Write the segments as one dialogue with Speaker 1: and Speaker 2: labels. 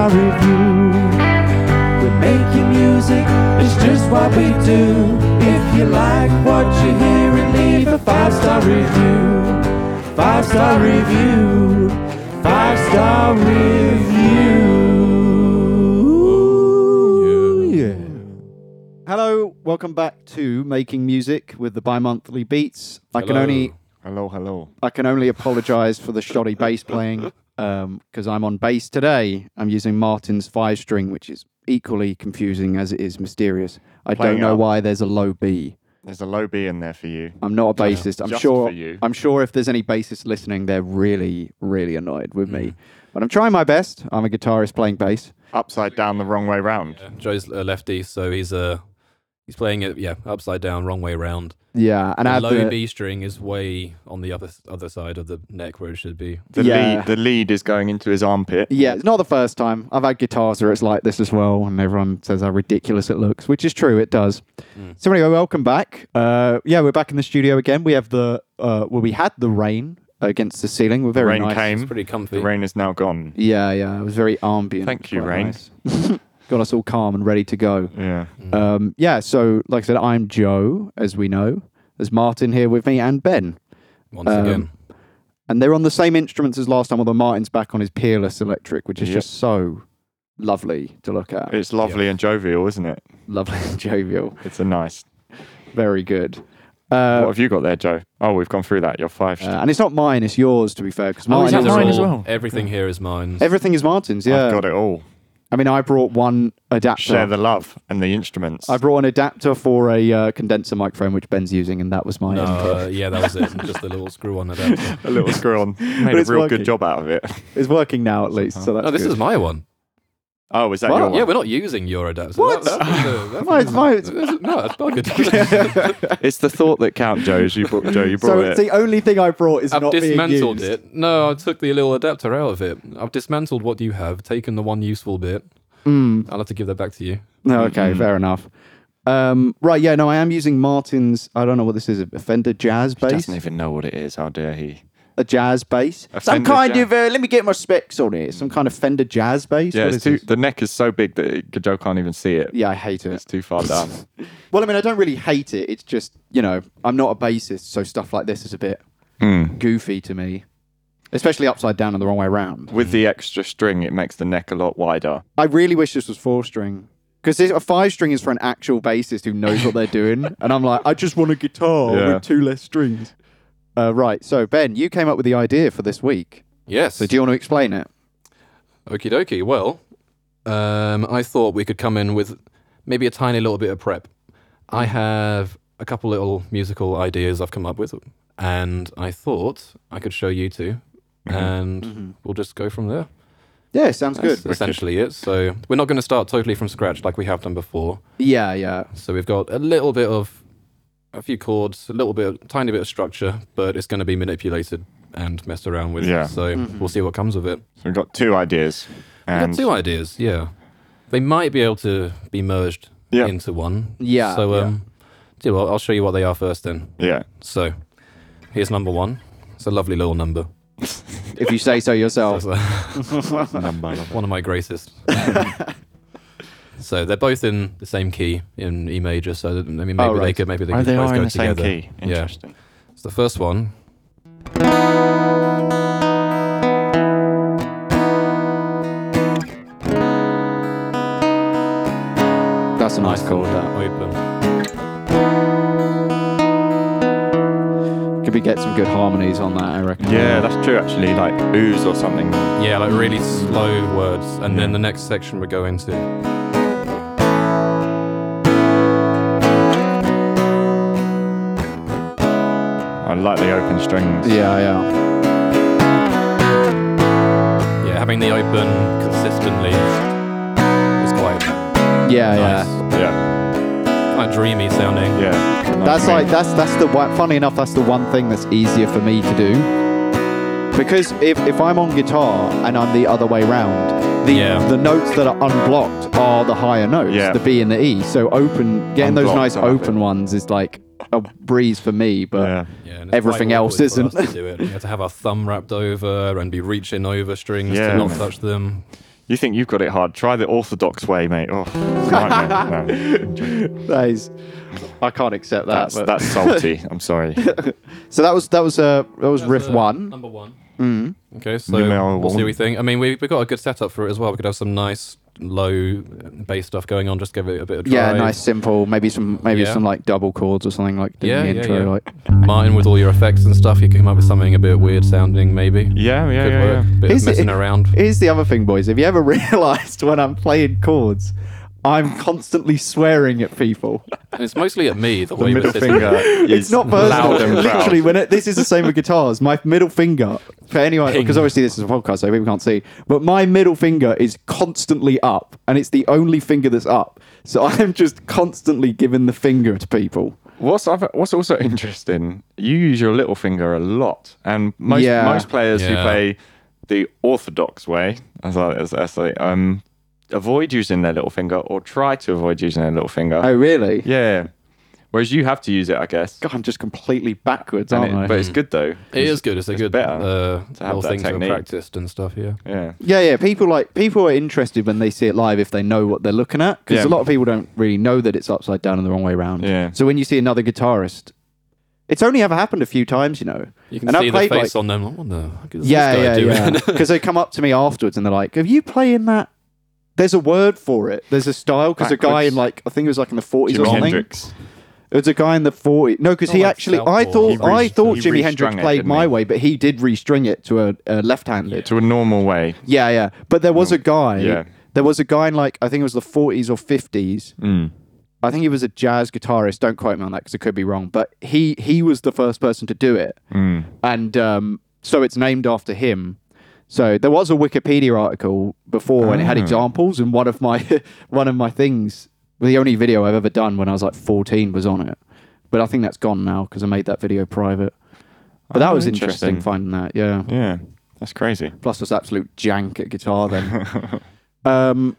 Speaker 1: you. We're making music, it's just what we do. If you like what you hear, and leave a five star review. Five star review. Five star review.
Speaker 2: Yeah.
Speaker 3: Hello, welcome back to Making Music with the bi-monthly beats. I can
Speaker 2: Hello.
Speaker 3: only
Speaker 1: Hello, hello.
Speaker 3: I can only apologize for the shoddy bass playing um because I'm on bass today. I'm using Martin's five string, which is equally confusing as it is mysterious. I
Speaker 1: Playing
Speaker 3: don't know
Speaker 1: up.
Speaker 3: why there's a low B.
Speaker 1: There's a low B in there for you.
Speaker 3: I'm not a bassist. I'm
Speaker 1: Just
Speaker 3: sure
Speaker 1: for you.
Speaker 3: I'm sure if there's any bassist listening, they're really really annoyed with
Speaker 1: Mm.
Speaker 3: me. But I'm trying my best. I'm a guitarist playing bass.
Speaker 1: Upside down, the wrong way round.
Speaker 2: Yeah. Joe's a lefty, so he's uh, he's playing it yeah upside down, wrong way round.
Speaker 3: Yeah, and I
Speaker 2: The
Speaker 3: have
Speaker 2: low
Speaker 3: the-
Speaker 2: B string is way on the other other side of the neck where it should be.
Speaker 1: The,
Speaker 3: Yeah.
Speaker 1: lead, the lead is going into his armpit.
Speaker 3: Yeah, it's not the first time. I've had guitars where it's like this as well, and everyone says how ridiculous it looks, which is true. It does.
Speaker 1: Mm.
Speaker 3: So anyway, welcome back. Uh, yeah, we're back in the studio again. We have the uh, well, we had the rain against the ceiling. We're very
Speaker 1: rain
Speaker 3: nice.
Speaker 1: came.
Speaker 2: Pretty comfy.
Speaker 1: The rain is now gone.
Speaker 3: Yeah, yeah, it was very ambient.
Speaker 1: Thank you,
Speaker 3: Quite
Speaker 1: rain.
Speaker 3: nice. Got us all calm and ready to go.
Speaker 1: Yeah.
Speaker 3: Um, yeah, so like I said, I'm Joe, as we know. There's Martin here with me and Ben.
Speaker 2: Once again,
Speaker 3: And they're on the same instruments as last time, although Martin's back on his peerless electric, which is
Speaker 1: Yep.
Speaker 3: just so lovely to look at.
Speaker 1: It's lovely and jovial, isn't it?
Speaker 3: lovely and jovial.
Speaker 1: It's a nice.
Speaker 3: Very good. Uh,
Speaker 1: what have you got there, Joe? Oh, we've gone through that. You're five.
Speaker 3: uh, and it's not mine, it's yours, to be fair, because
Speaker 1: Oh, is
Speaker 3: mine
Speaker 1: that
Speaker 3: is
Speaker 2: These are
Speaker 1: mine as
Speaker 2: all-
Speaker 1: well?
Speaker 2: Everything here is mine.
Speaker 3: Everything is Martin's,
Speaker 1: I've
Speaker 3: yeah.
Speaker 1: got it all.
Speaker 3: I mean, I brought one adapter.
Speaker 1: Share the love and the instruments.
Speaker 3: I brought an adapter for a uh, condenser microphone, which Ben's using, and that was mine.
Speaker 2: No, uh, yeah, that was it. Just a little screw on adapter.
Speaker 1: a little screw on. Made a
Speaker 3: it's
Speaker 1: real
Speaker 3: working.
Speaker 1: good job out of it.
Speaker 3: It's working now, at least. So that's
Speaker 2: No, this
Speaker 3: good.
Speaker 2: is my one.
Speaker 1: Oh, is that
Speaker 3: What?
Speaker 1: your one?
Speaker 2: Yeah, we're not using your adapter.
Speaker 3: What?
Speaker 2: That- that's- that's-
Speaker 3: Mine's- mine's-
Speaker 2: that's- no, that's buggered.
Speaker 1: It's the thought that counts, Joe. As you brought, Joe, you brought
Speaker 3: so
Speaker 1: it.
Speaker 3: it's the only thing I brought is
Speaker 2: I've
Speaker 3: not
Speaker 2: dismantled
Speaker 3: being used.
Speaker 2: it. No, I took the little adapter out of it. I've dismantled what you have, taken the one useful bit. I'll have to give that back to you.
Speaker 3: No, okay,
Speaker 1: Hmm.
Speaker 3: fair enough. Um, right, yeah, no, I am using Martin's. I don't know what this is, a Fender Jazz bass,
Speaker 1: Doesn't even know what it is. How dare he?
Speaker 3: a jazz bass,
Speaker 1: A
Speaker 3: some
Speaker 1: Fender
Speaker 3: kind
Speaker 1: Jazz-
Speaker 3: of. Uh, let me get my specs on it. Some kind of Fender Jazz bass.
Speaker 1: Yeah,
Speaker 3: What
Speaker 1: it's
Speaker 3: is
Speaker 1: too,
Speaker 3: this?
Speaker 1: the neck is so big that it, Joe can't even see it.
Speaker 3: Yeah, I hate it.
Speaker 1: It's too far down.
Speaker 3: Well, I mean, I don't really hate it. It's just, you know, I'm not a bassist, so stuff like this is a bit
Speaker 1: Hmm.
Speaker 3: goofy to me, especially upside down and the wrong way around.
Speaker 1: With the extra string, it makes the neck a lot wider.
Speaker 3: I really wish this was four string because a five string is for an actual bassist who knows what they're doing. and I'm like, I just want a guitar
Speaker 1: Yeah.
Speaker 3: with two less strings. Uh, right. So, Ben, you came up with the idea for this week.
Speaker 2: Yes.
Speaker 3: So, do you want to explain it?
Speaker 2: Okie dokie. Well, um, I thought we could come in with maybe a tiny little bit of prep. I have a couple little musical ideas I've come up with, and I thought I could show you 2 and we'll just go from there.
Speaker 3: Yeah, sounds good.
Speaker 2: That's essentially it. So we're not going to start totally from scratch like we have done before.
Speaker 3: Yeah, yeah.
Speaker 2: So we've got a little bit of a few chords, a little bit, tiny bit of structure, but it's going to be manipulated and messed around with.
Speaker 1: Yeah.
Speaker 2: So we'll see what comes of it.
Speaker 1: So we've got two ideas.
Speaker 2: We've
Speaker 1: And
Speaker 2: got two ideas, yeah. They might be able to be merged
Speaker 1: Yeah.
Speaker 2: into one.
Speaker 3: Yeah,
Speaker 2: So, um, do you know what, I'll show you what they are first then.
Speaker 1: yeah,
Speaker 2: So, here's number one. It's a lovely little number.
Speaker 3: If you say so
Speaker 1: Oh.
Speaker 3: yourself.
Speaker 2: That's, uh, one of my greatest. so they're both in the same key in E major. So that- I mean, maybe
Speaker 3: Oh,
Speaker 2: they
Speaker 3: right.
Speaker 2: could maybe they
Speaker 1: Oh,
Speaker 2: could
Speaker 1: they
Speaker 2: both
Speaker 1: are
Speaker 2: go
Speaker 1: in the same
Speaker 2: together.
Speaker 1: key.
Speaker 2: Yeah.
Speaker 1: Interesting.
Speaker 2: So the first one.
Speaker 3: That's a nice
Speaker 2: and
Speaker 3: chord. That.
Speaker 2: Open.
Speaker 3: Could we get some good harmonies on that? I reckon.
Speaker 1: Yeah. that's true. Actually, like ooze or something.
Speaker 2: Yeah, like really slow words, and then the next section we go into.
Speaker 1: I like the open strings.
Speaker 3: Yeah, yeah.
Speaker 2: Yeah, having the open consistently is quite
Speaker 3: Yeah, yeah.
Speaker 2: nice.
Speaker 1: yeah,
Speaker 2: Quite dreamy sounding.
Speaker 1: yeah.
Speaker 3: That's
Speaker 1: Nice
Speaker 3: like
Speaker 1: move.
Speaker 3: that's that's the one. Funny enough, that's the one thing that's easier for me to do. Because if, if I'm on guitar and I'm the other way round, the
Speaker 2: Yeah.
Speaker 3: the notes that are unblocked are the higher notes,
Speaker 1: Yeah.
Speaker 3: the B and the E. So open, getting those
Speaker 1: Unblocked,
Speaker 3: nice
Speaker 1: I love
Speaker 3: open
Speaker 1: it.
Speaker 3: ones is like a breeze for me. But
Speaker 1: Yeah.
Speaker 2: Yeah, and it's
Speaker 3: Everything
Speaker 2: quite
Speaker 3: else
Speaker 2: awkward for us
Speaker 3: isn't.
Speaker 2: To do it. You have to have our thumb wrapped over and be reaching over strings
Speaker 1: Yeah,
Speaker 2: to not
Speaker 1: man.
Speaker 2: touch them.
Speaker 4: You think you've got it hard? Try the orthodox way, mate. Oh, nightmare. no.
Speaker 3: That is, I can't accept that.
Speaker 4: That's,
Speaker 3: but-
Speaker 4: that's salty. I'm sorry.
Speaker 3: so that was that was uh, that was riff
Speaker 2: Uh,
Speaker 3: one.
Speaker 2: Number one.
Speaker 4: Mm.
Speaker 2: Okay, so
Speaker 4: Numero
Speaker 2: we'll see
Speaker 4: one.
Speaker 2: what we think. I mean, we, we've got a good setup for it as well. We could have some nice low uh, bass stuff going on, just give it a bit of
Speaker 3: Yeah,
Speaker 2: drive.
Speaker 3: nice simple. Maybe some maybe
Speaker 2: Yeah.
Speaker 3: some like double chords or something like in
Speaker 2: Yeah,
Speaker 3: the
Speaker 2: yeah,
Speaker 3: intro.
Speaker 2: yeah.
Speaker 3: Like
Speaker 2: Martin with all your effects and stuff, you came up with something a bit weird sounding, maybe.
Speaker 4: Yeah, yeah,
Speaker 2: Could
Speaker 4: yeah,
Speaker 2: work.
Speaker 4: yeah.
Speaker 2: Bit
Speaker 3: Here's
Speaker 2: of
Speaker 3: the-
Speaker 2: messing around.
Speaker 3: here's the other thing, boys. Have you ever realised when I'm playing chords, I'm constantly swearing at people?
Speaker 2: It's mostly at me the,
Speaker 4: The
Speaker 2: way
Speaker 4: middle
Speaker 2: we're sitting.
Speaker 4: finger
Speaker 3: It's
Speaker 4: is
Speaker 3: not personal.
Speaker 4: loud and proud.
Speaker 3: Literally, when it, this is the same with guitars, my middle finger for anyone because obviously this is a podcast, so people can't see. But my middle finger is constantly up, and it's the only finger that's up. So I'm just constantly giving the finger to people.
Speaker 4: What's other, what's also interesting? You use your little finger a lot, and most
Speaker 3: Yeah.
Speaker 4: most players who
Speaker 2: Yeah.
Speaker 4: play the orthodox way, as I as, as I um, avoid using their little finger or try to avoid using their little finger.
Speaker 3: Oh, really?
Speaker 4: Yeah. Whereas you have to use it, I guess.
Speaker 3: God, I'm just completely backwards,
Speaker 4: And
Speaker 3: aren't
Speaker 4: it-
Speaker 3: I?
Speaker 4: but it's good though.
Speaker 2: It is good. It's a good
Speaker 4: better
Speaker 2: uh,
Speaker 4: to have
Speaker 2: little
Speaker 4: that
Speaker 2: thing to have
Speaker 4: technique.
Speaker 2: practiced and stuff. Yeah.
Speaker 4: Yeah.
Speaker 3: Yeah, yeah. People like people are interested when they see it live if they know what they're looking at because
Speaker 4: Yeah.
Speaker 3: a lot of people don't really know that it's upside down and the wrong way around.
Speaker 4: Yeah.
Speaker 3: So when you see another guitarist, it's only ever happened a few times, you know.
Speaker 2: You can
Speaker 3: And I've
Speaker 2: see the
Speaker 3: played,
Speaker 2: face
Speaker 3: like-
Speaker 2: on them. Like, what the heck is
Speaker 3: yeah,
Speaker 2: this guy
Speaker 3: yeah,
Speaker 2: doing?
Speaker 3: yeah. Because they come up to me afterwards and they're like, "Have you playing that?" There's a word for it. There's a style because a guy in
Speaker 4: Backwards.
Speaker 3: like I think it was like in the 40s or
Speaker 4: Jimi
Speaker 3: something.
Speaker 4: Hendrix.
Speaker 3: It was a guy in the 40s. No, because
Speaker 2: Not
Speaker 3: he
Speaker 2: like
Speaker 3: actually, I
Speaker 2: Southpaw.
Speaker 3: thought,
Speaker 4: He
Speaker 3: I
Speaker 4: rest-
Speaker 3: thought
Speaker 4: he
Speaker 3: Jimi Hendrix
Speaker 4: restrung it,
Speaker 3: played
Speaker 4: didn't
Speaker 3: my
Speaker 4: he?
Speaker 3: way, but he did restring it to a, a left-handed.
Speaker 4: To a normal way.
Speaker 3: Yeah, yeah. But there was a guy.
Speaker 4: Mm. Yeah.
Speaker 3: There was a guy in like I think it was the 40s or 50s.
Speaker 4: Mm.
Speaker 3: I think he was a jazz guitarist. Don't quote me on that because I could be wrong. But he he was the first person to do it,
Speaker 4: Mm.
Speaker 3: and um, so it's named after him. So there was a Wikipedia article before, and it
Speaker 4: Ah.
Speaker 3: had examples. And one of my one of my things, the only video I've ever done when I was like 14 was on it. But I think that's gone now because I made that video private. But that
Speaker 4: Oh,
Speaker 3: was interesting.
Speaker 4: interesting.
Speaker 3: finding that. Yeah.
Speaker 4: Yeah. That's crazy.
Speaker 3: Plus, was absolute jank at guitar then. um,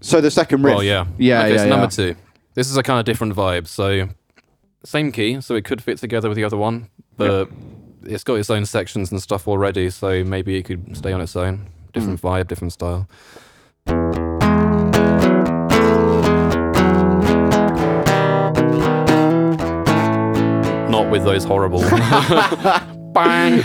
Speaker 3: so the second riff.
Speaker 2: Well, yeah.
Speaker 3: yeah,
Speaker 2: Okay,
Speaker 3: yeah,
Speaker 2: so
Speaker 3: yeah.
Speaker 2: number two. This is a kind of different vibe. So, same key, so it could fit together with the other one, but it's got its own sections and stuff already. So maybe it could stay on its own.
Speaker 3: Hmm.
Speaker 2: Different vibe, different style. Not with those horrible. Bang!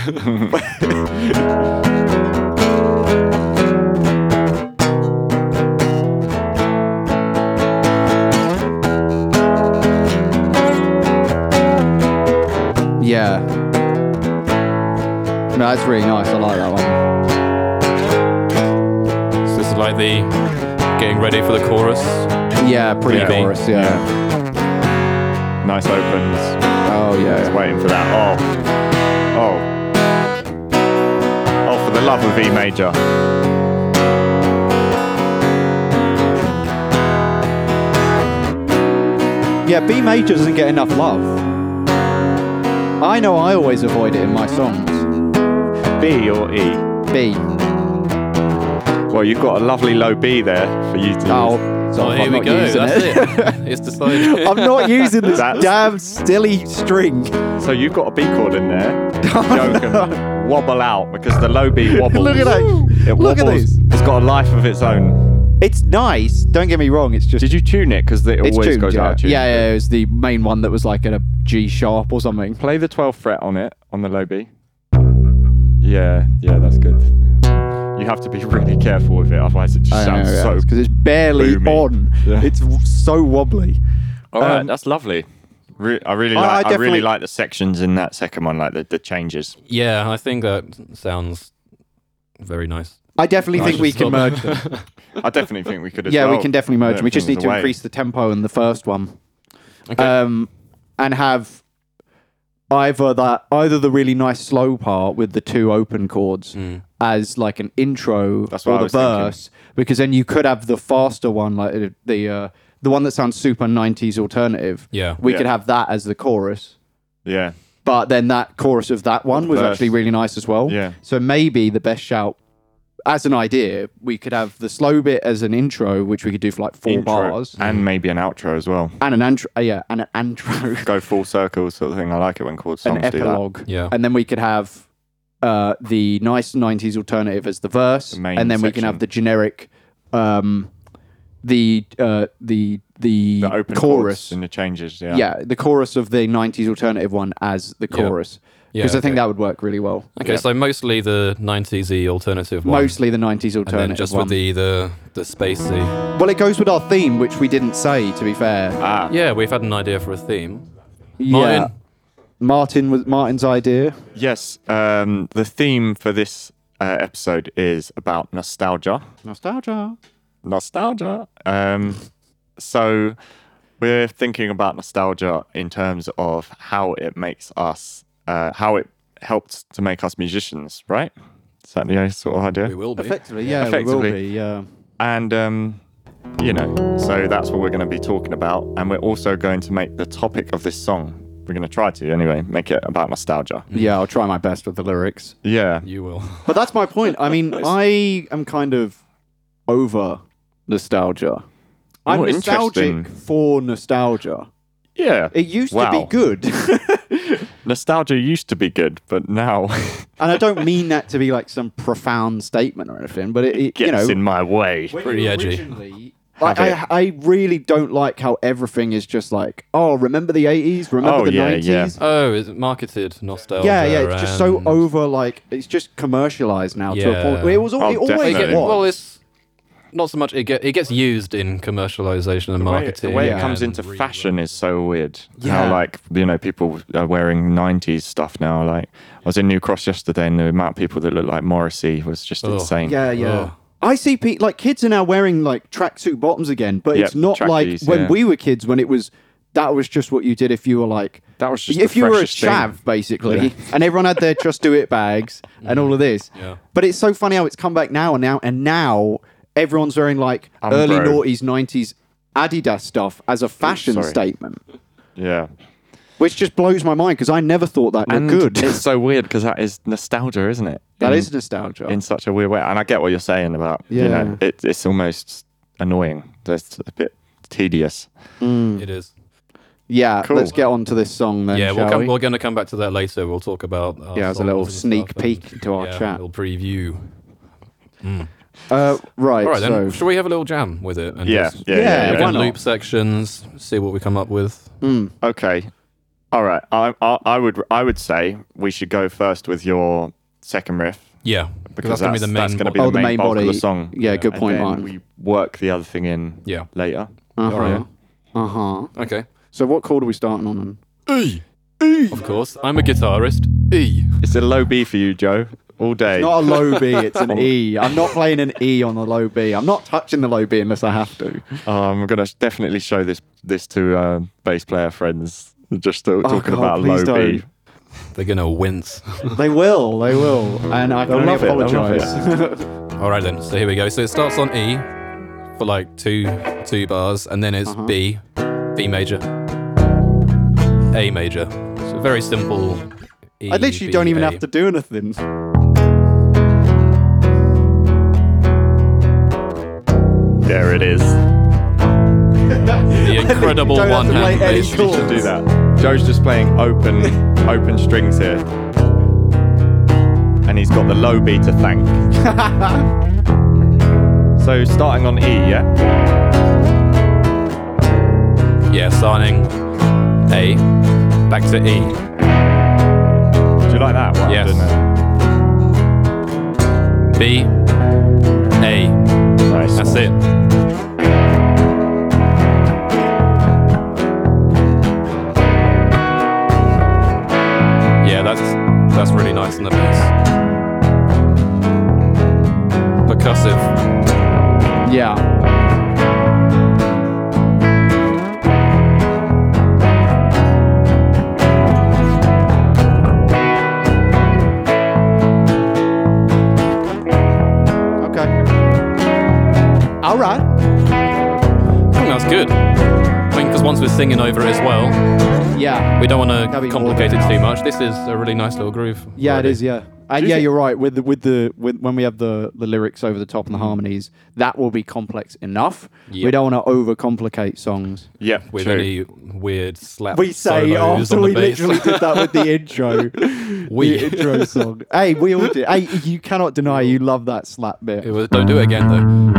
Speaker 3: Yeah. No, that's really nice. I like that one.
Speaker 2: So this is like the getting ready for the chorus.
Speaker 3: Yeah, pre-chorus. Yeah.
Speaker 4: Nice opens.
Speaker 3: Oh
Speaker 4: Just
Speaker 3: yeah.
Speaker 4: waiting for that. Oh. Oh. Oh, for the love of E major.
Speaker 3: Yeah, B major doesn't get enough love. I know. I always avoid it in my songs.
Speaker 4: B or E?
Speaker 3: B.
Speaker 4: Well, you've got a lovely low B there for you to
Speaker 3: Oh,
Speaker 4: use.
Speaker 3: it's
Speaker 2: Oh,
Speaker 3: off,
Speaker 2: here
Speaker 3: I'm
Speaker 2: we
Speaker 3: not
Speaker 2: go.
Speaker 3: using
Speaker 2: That's it. it's decided.
Speaker 3: I'm not using this
Speaker 4: That's-
Speaker 3: damn silly string.
Speaker 4: So you've got a B chord in there. Joke and wobble out because the low B wobbles.
Speaker 3: Look at that.
Speaker 4: It
Speaker 3: Look at this.
Speaker 4: wobbles. It's got a life of its own.
Speaker 3: It's nice. Don't get me wrong. It's just
Speaker 4: Did you tune it? Because it
Speaker 3: it's
Speaker 4: always
Speaker 3: tuned.
Speaker 4: goes
Speaker 3: yeah.
Speaker 4: out of tune.
Speaker 3: yeah, yeah. It was the main one that was like at a G sharp or something.
Speaker 4: Play the 12th fret on it on the low B. Yeah, yeah, that's good. You have to be really careful with it, otherwise it just sounds so.
Speaker 3: because it's barely
Speaker 4: boomy.
Speaker 3: on.
Speaker 4: Yeah.
Speaker 3: It's w- so wobbly.
Speaker 4: All right,
Speaker 3: Um,
Speaker 4: that's lovely. Re- I really
Speaker 3: I- I
Speaker 4: like. I,
Speaker 3: definitely-
Speaker 4: really like the sections in that second one, like the, the changes.
Speaker 2: Yeah, I think that sounds very nice.
Speaker 3: I definitely think
Speaker 2: should
Speaker 3: we can
Speaker 2: stop.
Speaker 3: merge them.
Speaker 4: I definitely think we could. As
Speaker 3: yeah, we
Speaker 4: well.
Speaker 3: can definitely merge them. We just
Speaker 4: Everything
Speaker 3: need
Speaker 4: was
Speaker 3: to
Speaker 4: away.
Speaker 3: increase the tempo in the first one,
Speaker 2: Okay.
Speaker 3: um, and have either that either the really nice slow part with the two open chords as like an intro
Speaker 4: Hmm. That's what
Speaker 3: or
Speaker 4: I
Speaker 3: the
Speaker 4: was thinking.
Speaker 3: verse, because then you could have the faster one, like uh, the uh, the one that sounds super '90s alternative.
Speaker 2: yeah.
Speaker 3: We
Speaker 4: Yeah.
Speaker 3: could have that as the chorus.
Speaker 4: Yeah,
Speaker 3: but then that chorus of that one was
Speaker 4: Verse.
Speaker 3: actually really nice as well.
Speaker 4: Yeah.
Speaker 3: So maybe the best shout, as an idea, we could have the slow bit as an intro, which we could do for like four
Speaker 4: intro
Speaker 3: bars,
Speaker 4: and maybe an outro as well.
Speaker 3: and an antro, uh, yeah, and an intro,
Speaker 4: Go full circle sort of thing. I like it when chord songs
Speaker 3: an
Speaker 4: do that.
Speaker 3: epilogue,
Speaker 2: Yeah.
Speaker 3: and then we could have uh, the nice '90s alternative as the verse,
Speaker 4: main
Speaker 3: and then we can
Speaker 4: section.
Speaker 3: have the generic um, the uh, the the,
Speaker 4: The open
Speaker 3: chorus.
Speaker 4: chords and the changes. Yeah.
Speaker 3: yeah, the chorus of the '90s alternative one as the chorus
Speaker 2: Yeah,
Speaker 3: because I think
Speaker 2: okay.
Speaker 3: that would work really well.
Speaker 2: Okay, so mostly the 90s y alternative one.
Speaker 3: Mostly the '90s alternative
Speaker 2: And then just
Speaker 3: one.
Speaker 2: with the, the, the spacey.
Speaker 3: well, it goes with our theme, which we didn't say. To be fair,
Speaker 4: Ah.
Speaker 2: Yeah, we've had an idea for a theme.
Speaker 3: yeah,
Speaker 2: Uh, Martin?
Speaker 3: Martin was Martin's idea.
Speaker 4: Yes. Um, the theme for this uh, episode is about nostalgia.
Speaker 3: Nostalgia.
Speaker 4: nostalgia. Um, so we're thinking about nostalgia in terms of how it makes us, uh, how it helped to make us musicians, right? Is that the uh, sort of idea?
Speaker 2: We will be.
Speaker 3: Effectively, yeah, it will
Speaker 4: Effectively.
Speaker 3: be. Yeah.
Speaker 4: And um, you know, so that's what we're going to be talking about, and we're also going to make the topic of this song. We're going to try to anyway, make it about nostalgia.
Speaker 3: Yeah, I'll try my best with the lyrics.
Speaker 4: Yeah.
Speaker 2: You will.
Speaker 3: But that's my point. I mean, I am kind of over nostalgia. I'm
Speaker 4: Oh, interesting.
Speaker 3: nostalgic for nostalgia.
Speaker 4: Yeah.
Speaker 3: It used to
Speaker 4: Wow.
Speaker 3: be good. and
Speaker 4: nostalgia used to be good, but now
Speaker 3: I don't mean that to be like some profound statement or anything, but it, it
Speaker 4: gets
Speaker 3: you know,
Speaker 4: in my way.
Speaker 2: Pretty edgy.
Speaker 3: edgy. Like, I,
Speaker 4: Have
Speaker 3: I really don't like how everything is just like, oh, remember the 80s? Remember
Speaker 4: Oh,
Speaker 3: the
Speaker 4: yeah,
Speaker 3: 90s?
Speaker 4: yeah. Oh,
Speaker 2: Oh, it's marketed nostalgia.
Speaker 3: Yeah, yeah, it's just so
Speaker 2: and-
Speaker 3: over, like, it's just commercialized now to a
Speaker 2: Yeah.
Speaker 3: point. It was al-
Speaker 4: Oh,
Speaker 3: it always
Speaker 2: They
Speaker 4: definitely.
Speaker 3: was.
Speaker 2: get-
Speaker 4: No.
Speaker 2: well, it's not so much. It, get, it gets used in commercialization and
Speaker 4: way-
Speaker 2: marketing.
Speaker 4: The way it comes
Speaker 2: and
Speaker 4: into
Speaker 2: re-
Speaker 4: fashion is so weird.
Speaker 3: Yeah.
Speaker 4: How like you know people are wearing '90s stuff now. Like I was in New Cross yesterday, and the amount of people that look like Morrissey was just
Speaker 2: Ugh.
Speaker 4: insane.
Speaker 3: Yeah, yeah.
Speaker 2: Ugh.
Speaker 3: I see pe- like kids are now wearing like tracksuit bottoms again, but it's
Speaker 4: Yep,
Speaker 3: not like
Speaker 4: trackies,
Speaker 3: when
Speaker 4: yeah.
Speaker 3: we were kids when it was that was just what you did if you were like
Speaker 4: That was just
Speaker 3: if
Speaker 4: the
Speaker 3: you were a
Speaker 4: freshest thing.
Speaker 3: chav basically, and everyone had their just do it bags and all of this.
Speaker 2: Yeah.
Speaker 3: But it's so funny how it's come back now and now and now everyone's wearing like
Speaker 4: Umbro.
Speaker 3: early noughties, nineties Adidas stuff as a fashion
Speaker 4: sorry.
Speaker 3: statement,
Speaker 4: yeah.
Speaker 3: which just blows my mind because I never thought that
Speaker 4: And
Speaker 3: looked good.
Speaker 4: it's so weird because that is nostalgia, isn't it?
Speaker 3: that
Speaker 4: in,
Speaker 3: is nostalgia.
Speaker 4: in such a weird way. And I get what you're saying about you
Speaker 3: Yeah.
Speaker 4: know it, it's almost annoying. It's a bit tedious.
Speaker 2: It is.
Speaker 3: yeah,
Speaker 4: Cool.
Speaker 3: let's get on to this song then.
Speaker 2: Yeah,
Speaker 3: shall
Speaker 2: we'll come,
Speaker 3: we?
Speaker 2: we're going to come back to that later. We'll talk about. Our
Speaker 3: Yeah, as a little
Speaker 2: songs and
Speaker 3: sneak
Speaker 2: stuff
Speaker 3: peek into our
Speaker 2: yeah,
Speaker 3: chat.
Speaker 2: A little preview.
Speaker 3: Uh, right,
Speaker 2: All right,
Speaker 3: so
Speaker 2: then. Should we have a little jam with it? And
Speaker 4: Yeah.
Speaker 2: just-
Speaker 4: Yeah.
Speaker 3: Yeah,
Speaker 4: Yeah.
Speaker 2: We
Speaker 4: yeah,
Speaker 3: why
Speaker 2: can
Speaker 3: not?
Speaker 2: loop sections, see what we come up with.
Speaker 4: Okay. All right. I, I I would I would say we should go first with your second riff.
Speaker 2: Yeah,
Speaker 4: because
Speaker 2: because that's, going to be the main.
Speaker 4: that's gonna be
Speaker 2: one.
Speaker 3: Oh, the main
Speaker 4: bulk of
Speaker 3: body.
Speaker 4: the song.
Speaker 3: Yeah, good
Speaker 4: And
Speaker 3: point,
Speaker 4: then
Speaker 3: Martin.
Speaker 4: We work the other thing in
Speaker 2: Yeah.
Speaker 4: later.
Speaker 3: Uh-huh.
Speaker 2: Alright.
Speaker 3: Uh-huh.
Speaker 2: Okay.
Speaker 3: So what chord are we starting on? then?
Speaker 2: E. Of course, I'm a guitarist. E.
Speaker 4: It's a low B for you, Joe, all day.
Speaker 3: Not a low B, it's an E. I'm not playing an E on the low B. I'm not touching the low B unless I have to.
Speaker 4: Oh, I'm gonna definitely show this this to uh, bass player friends. Just to, talking
Speaker 3: Oh, God,
Speaker 4: about
Speaker 3: please
Speaker 4: low
Speaker 3: don't.
Speaker 4: B.
Speaker 2: They're gonna wince.
Speaker 3: They will, they will. And I can
Speaker 4: They'll
Speaker 3: only
Speaker 4: love it, they'll love
Speaker 3: apologize.
Speaker 2: All right then. So here we go. So it starts on E for like two two bars, and then it's
Speaker 3: Uh-huh.
Speaker 2: B, B major, A major. So very simple. E,
Speaker 3: I literally
Speaker 2: B,
Speaker 3: don't even
Speaker 2: A.
Speaker 3: have to do anything.
Speaker 4: There it is.
Speaker 2: The incredible
Speaker 3: Don't have to
Speaker 2: one-hand
Speaker 3: play any
Speaker 2: bass.
Speaker 3: chords.
Speaker 4: Do that. Joe's just playing open open strings here, and he's got the low B to thank. so starting on E, yeah.
Speaker 2: Yeah, starting A, back to E.
Speaker 4: Do you like that one?
Speaker 2: Yes.
Speaker 4: Didn't
Speaker 2: B, A.
Speaker 4: it? Nice.
Speaker 2: That's it. Yeah, that's that's really nice in the bass. Percussive.
Speaker 3: Yeah. Okay. All right.
Speaker 2: I think Hmm, that's good. I mean, because once we're singing over it as well,
Speaker 3: Yeah.
Speaker 2: we don't want
Speaker 3: That'd
Speaker 2: to
Speaker 3: be more
Speaker 2: complicate
Speaker 3: than
Speaker 2: it too
Speaker 3: enough.
Speaker 2: much. This is a really nice little groove.
Speaker 3: Yeah,
Speaker 2: already.
Speaker 3: it is. Yeah, and
Speaker 4: you
Speaker 3: yeah,
Speaker 4: think-
Speaker 3: you're right. With the with the with when we have the the lyrics over the top and the harmonies, that will be complex enough. We
Speaker 2: Yep.
Speaker 3: don't want to overcomplicate songs.
Speaker 4: Yeah.
Speaker 2: With E.
Speaker 4: true.
Speaker 2: any weird slap.
Speaker 3: We say
Speaker 2: solos
Speaker 3: after
Speaker 2: on the
Speaker 3: we
Speaker 2: bass.
Speaker 3: literally did that with the intro,
Speaker 2: We.
Speaker 3: the intro song. Hey, we all did. Hey, you cannot deny you love that slap bit.
Speaker 2: It was, don't do it again though.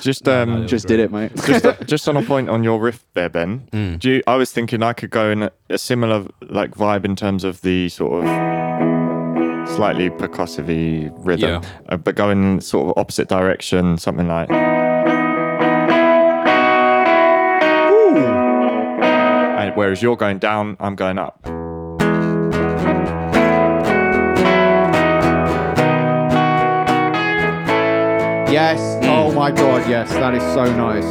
Speaker 4: Just
Speaker 2: No,
Speaker 4: um,
Speaker 2: no,
Speaker 3: Just did it, mate.
Speaker 4: just uh, just on a point on your riff there, Ben.
Speaker 2: Mm.
Speaker 4: Do you, I was thinking I could go in a, a similar like vibe in terms of the sort of slightly percussive rhythm,
Speaker 2: Yeah.
Speaker 4: uh, but going in sort of opposite direction, something like. And whereas you're going down, I'm going up.
Speaker 3: yes. Oh my god, yes. That is so nice.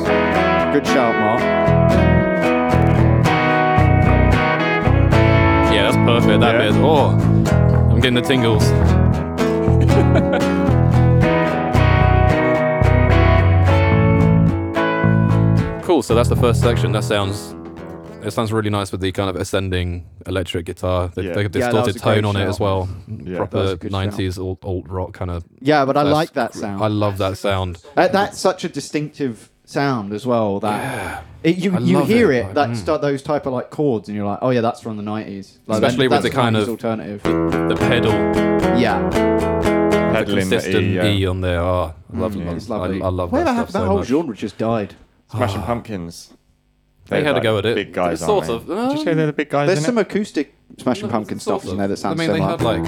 Speaker 3: Good shout, Mark.
Speaker 2: Yeah, that's perfect. That
Speaker 4: Yeah.
Speaker 2: bit. Oh, I'm getting the tingles. cool. So that's the first section. That sounds. It sounds really nice with the kind of ascending electric guitar, the,
Speaker 4: Yeah.
Speaker 2: the
Speaker 4: Yeah, that
Speaker 2: distorted
Speaker 3: was a great
Speaker 2: tone on it
Speaker 3: shout.
Speaker 2: as well.
Speaker 4: that
Speaker 3: was
Speaker 2: Proper
Speaker 3: a good
Speaker 2: 90s alt, alt rock kind of.
Speaker 3: Yeah, but I
Speaker 2: That's
Speaker 3: like that
Speaker 2: gr-
Speaker 3: sound.
Speaker 2: I love that sound.
Speaker 3: That, that's such a distinctive sound as well. That it, you
Speaker 2: I
Speaker 3: you
Speaker 2: love
Speaker 3: hear
Speaker 2: it,
Speaker 3: it,
Speaker 2: like,
Speaker 3: that
Speaker 2: mm.
Speaker 3: st- those type of like chords, and you're like, oh yeah, that's from the nineties. Like,
Speaker 2: Especially
Speaker 3: that-
Speaker 2: with the
Speaker 3: that's
Speaker 2: kind
Speaker 3: 90s
Speaker 2: of-
Speaker 3: alternative.
Speaker 2: The pedal,
Speaker 3: Yeah,
Speaker 2: the
Speaker 4: Pedaling the
Speaker 2: consistent
Speaker 4: E, uh,
Speaker 2: E on there. Oh, I love, love-
Speaker 3: Mm, it's lovely.
Speaker 2: I, I love
Speaker 3: Whatever
Speaker 2: that
Speaker 3: happened-
Speaker 2: stuff so
Speaker 3: whole
Speaker 2: much.
Speaker 3: genre just died.
Speaker 4: Smashing Pumpkins.
Speaker 2: Ah. They
Speaker 4: They're
Speaker 2: had a
Speaker 4: like
Speaker 2: go at it.
Speaker 4: Big guys,
Speaker 2: Sort
Speaker 4: aren't they?
Speaker 2: of.
Speaker 4: Did you say they're the big guys?
Speaker 3: There's
Speaker 4: in
Speaker 3: some
Speaker 4: it?
Speaker 3: Acoustic Smashing Pumpkin
Speaker 2: Sort
Speaker 3: stuff in there that
Speaker 2: of.
Speaker 3: sounds
Speaker 2: I mean, they
Speaker 3: similar.
Speaker 2: had like